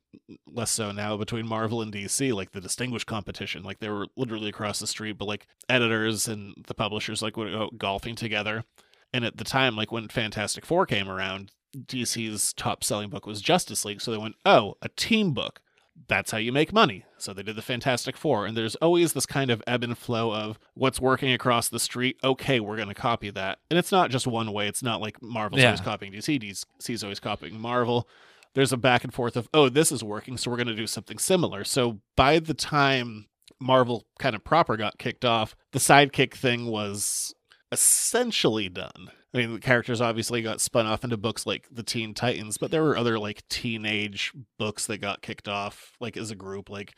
Speaker 5: less so now, between Marvel and DC, like the distinguished competition. Like they were literally across the street, but like editors and the publishers like would go golfing together. And at the time, like when Fantastic Four came around, DC's top selling book was Justice League. So they went, oh, a team book. That's how you make money. So they did the Fantastic Four. And there's always this kind of ebb and flow of what's working across the street. Okay, we're going to copy that. And it's not just one way. It's not like Marvel's
Speaker 6: Yeah.
Speaker 5: always copying DC, DC's always copying Marvel. There's a back and forth of, oh, this is working. So we're going to do something similar. So by the time Marvel kind of proper got kicked off, the sidekick thing was essentially done. I mean, the characters obviously got spun off into books like the Teen Titans, but there were other like teenage books that got kicked off, like as a group. Like,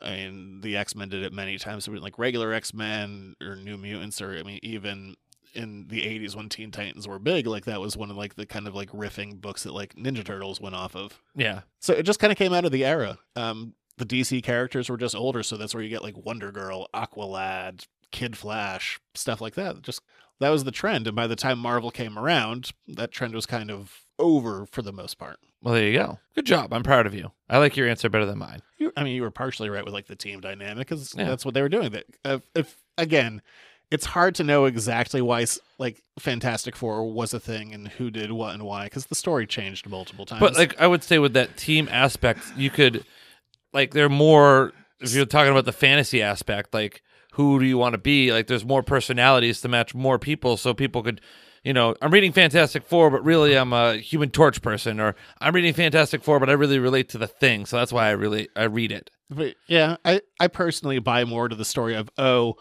Speaker 5: I mean, the X Men did it many times. I mean, like regular X Men or New Mutants, or I mean, even in the 80s when Teen Titans were big, like that was one of like the kind of like riffing books that like Ninja Turtles went off of.
Speaker 6: Yeah.
Speaker 5: So it just kind of came out of the era. Um, the DC characters were just older, so that's where you get like Wonder Girl, Aqualad, Kid Flash, stuff like that. Just that was the trend, and by the time Marvel came around, that trend was kind of over for the most part.
Speaker 6: Well, there you go. Good job. I'm proud of you. I like your answer better than mine.
Speaker 5: You, I mean, you were partially right with like the team dynamic, because
Speaker 6: Yeah.
Speaker 5: that's what they were doing. That if, if again, it's hard to know exactly why s- like Fantastic Four was a thing and who did what and why, because the story changed multiple times.
Speaker 6: But like I would say with that team aspect, you could like they're more if you're talking about the fantasy aspect, like who do you want to be? Like there's more personalities to match more people so people could you know, I'm reading Fantastic Four, but really I'm a Human Torch person, or I'm reading Fantastic Four, but I really relate to the thing, so that's why I really I read it.
Speaker 5: But yeah, I I personally buy more to the story of oh,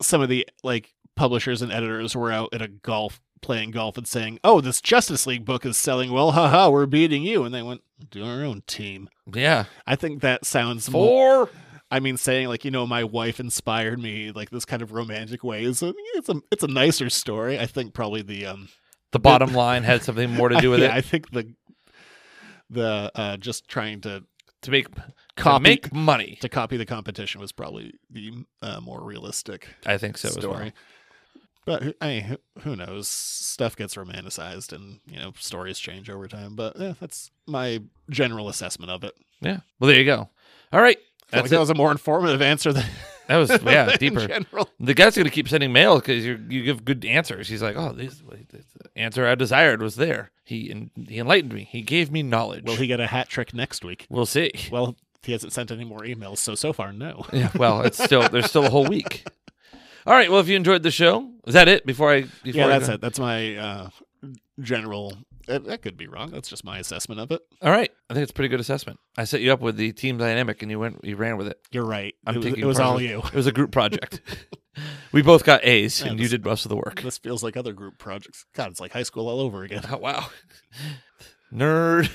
Speaker 5: some of the like publishers and editors were out at a golf playing golf and saying oh this Justice League book is selling well, haha, we're beating you, and they went do our own team.
Speaker 6: Yeah,
Speaker 5: I think that sounds more.
Speaker 6: four.
Speaker 5: I mean, saying like you know my wife inspired me like this kind of romantic way is a, it's a it's a nicer story. I think probably the um
Speaker 6: The bottom line had something
Speaker 5: [LAUGHS]
Speaker 6: more to do with
Speaker 5: yeah,
Speaker 6: it
Speaker 5: I think the the uh just trying to
Speaker 6: to make
Speaker 5: Copy-
Speaker 6: to make money.
Speaker 5: to copy the competition was probably the uh, more realistic
Speaker 6: I think so. As well.
Speaker 5: story. But who- I mean, who, who knows? Stuff gets romanticized, and you know, stories change over time. But eh, that's my general assessment of it.
Speaker 6: Yeah. Well, there you go. All
Speaker 5: I
Speaker 6: right.
Speaker 5: feel
Speaker 6: That's
Speaker 5: like that
Speaker 6: it.
Speaker 5: was a more informative answer than [LAUGHS]
Speaker 6: That was yeah
Speaker 5: than
Speaker 6: deeper.
Speaker 5: general.
Speaker 6: The guy's gonna keep sending mail because you you give good answers. He's like, oh, this, this answer I desired was there. He en- he enlightened me. He gave me knowledge.
Speaker 5: Will he get a hat trick next week?
Speaker 6: We'll see.
Speaker 5: Well, he hasn't sent any more emails, so so far, no.
Speaker 6: [LAUGHS] yeah. Well, it's still there's still a whole week. All right. Well, if you enjoyed the show, is that it? Before I before
Speaker 5: [LAUGHS] yeah,
Speaker 6: I
Speaker 5: that's
Speaker 6: go-
Speaker 5: it. That's my uh, general. eh, That could be wrong. That's just my assessment of it.
Speaker 6: All right. I think it's a pretty good assessment. I set you up with the team dynamic, and you went you ran with it.
Speaker 5: You're right.
Speaker 6: I'm
Speaker 5: it, was-
Speaker 6: taking
Speaker 5: it was
Speaker 6: part of
Speaker 5: all
Speaker 6: it.
Speaker 5: you.
Speaker 6: [LAUGHS] It was a
Speaker 5: [LAUGHS]
Speaker 6: group project. we both got A's,
Speaker 5: Yeah,
Speaker 6: and you
Speaker 5: this-
Speaker 6: did most of the work.
Speaker 5: [LAUGHS] This feels like other group projects. God, it's like high school all over again.
Speaker 6: [LAUGHS] Oh, wow. Nerd.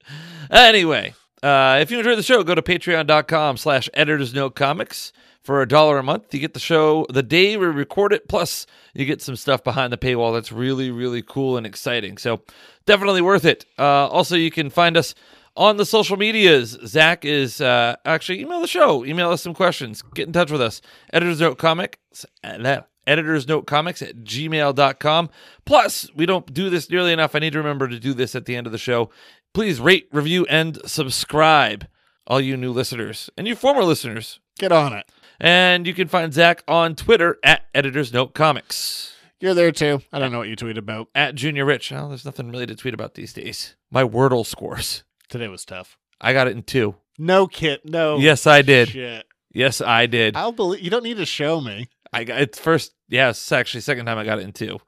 Speaker 6: [LAUGHS] anyway, uh, if you enjoyed the show, go to patreon.com slash editors no comics. For a dollar a month, you get the show the day we record it, plus you get some stuff behind the paywall that's really, really cool and exciting. So definitely worth it. Uh, also, you can find us on the social medias. Zach is uh, actually email the show, email us some questions, get in touch with us. Editors Note Comics, editors note comics at gmail.com. Plus, we don't do this nearly enough. I need to remember to do this at the end of the show. Please rate, review, and subscribe, all you new listeners and you former listeners.
Speaker 5: Get on it.
Speaker 6: And you can find Zach on Twitter at editors note comics.
Speaker 5: You're there too. I don't know what you tweet about.
Speaker 6: At Junior Rich. Oh, there's nothing really to tweet about these days. My Wordle scores.
Speaker 5: Today was tough.
Speaker 6: I got it in two.
Speaker 5: No kit. No.
Speaker 6: yes, I did.
Speaker 5: Shit.
Speaker 6: Yes, I did.
Speaker 5: I'll believe. You don't need to show me.
Speaker 6: I got it's first. Yeah, it's actually second time I got it in two,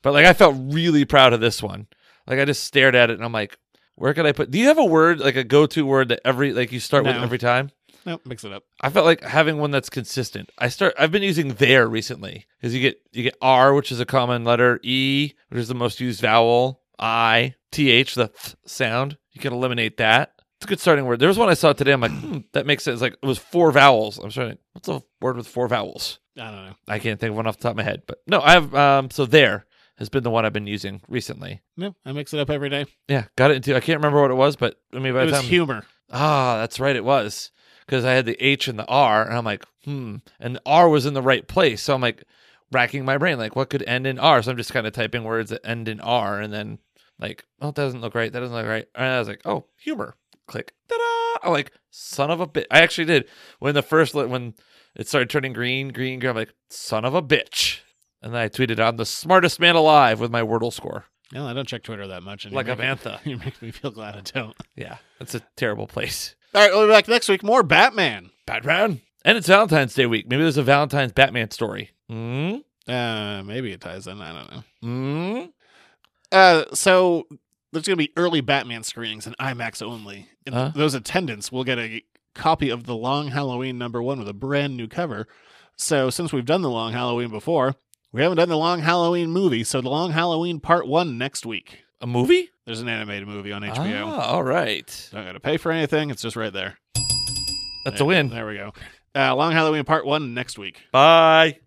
Speaker 6: but like I felt really proud of this one. Like I just stared at it and I'm like, where could I put? Do you have a word like a go to word that every like you start with
Speaker 5: No.
Speaker 6: every time?
Speaker 5: No, mix it up.
Speaker 6: I felt like having one that's consistent. I start. I've been using there recently because you get you get R, which is a common letter, E, which is the most used vowel, I, th, the th sound. You can eliminate that. It's a good starting word. There was one I saw today. I'm like, hmm, that makes sense. Like it was four vowels. I'm starting. What's a word with four vowels?
Speaker 5: I don't know.
Speaker 6: I can't think of one off the top of my head, but no, I've um so there has been the one I've been using recently.
Speaker 5: No, I mix it up every day.
Speaker 6: Yeah, got it into I can't remember what it was, but I mean by
Speaker 5: It
Speaker 6: the
Speaker 5: was
Speaker 6: time
Speaker 5: humor.
Speaker 6: ah that's right it was because I had the H and the R, and I'm like, hmm, and the R was in the right place. So I'm like racking my brain, like what could end in R? So I'm just kind of typing words that end in R, and then like, oh, it doesn't look right. That doesn't look right. And I was like, oh, humor. Click. Ta-da! I'm like, son of a bitch. I actually did when the first li- when it started turning green, green, green. I'm like, son of a bitch. And then I tweeted, "I'm the smartest man alive" with my Wordle score.
Speaker 5: No, I don't check Twitter that much. And you
Speaker 6: Like
Speaker 5: [LAUGHS]
Speaker 6: a
Speaker 5: make-
Speaker 6: bantha.
Speaker 5: You make me feel glad I don't.
Speaker 6: Yeah, that's a terrible place.
Speaker 5: All right, we'll be back next week. More Batman.
Speaker 6: Batman. And it's Valentine's Day week. Maybe there's a Valentine's Batman story. Mm?
Speaker 5: Uh, maybe it ties in. I don't know.
Speaker 6: Mm?
Speaker 5: Uh, so there's going to be early Batman screenings in IMAX only. And
Speaker 6: Huh?
Speaker 5: Those attendants will get a copy of the Long Halloween number one with a brand new cover. So since we've done the Long Halloween before, we haven't done the Long Halloween movie. So the Long Halloween Part One next week.
Speaker 6: A movie?
Speaker 5: There's an animated movie on HBO.
Speaker 6: Ah, all right.
Speaker 5: Don't got to pay for anything. It's just right there.
Speaker 6: That's
Speaker 5: There-
Speaker 6: a win.
Speaker 5: There we go. Uh, Long Halloween Part One next week.
Speaker 6: Bye.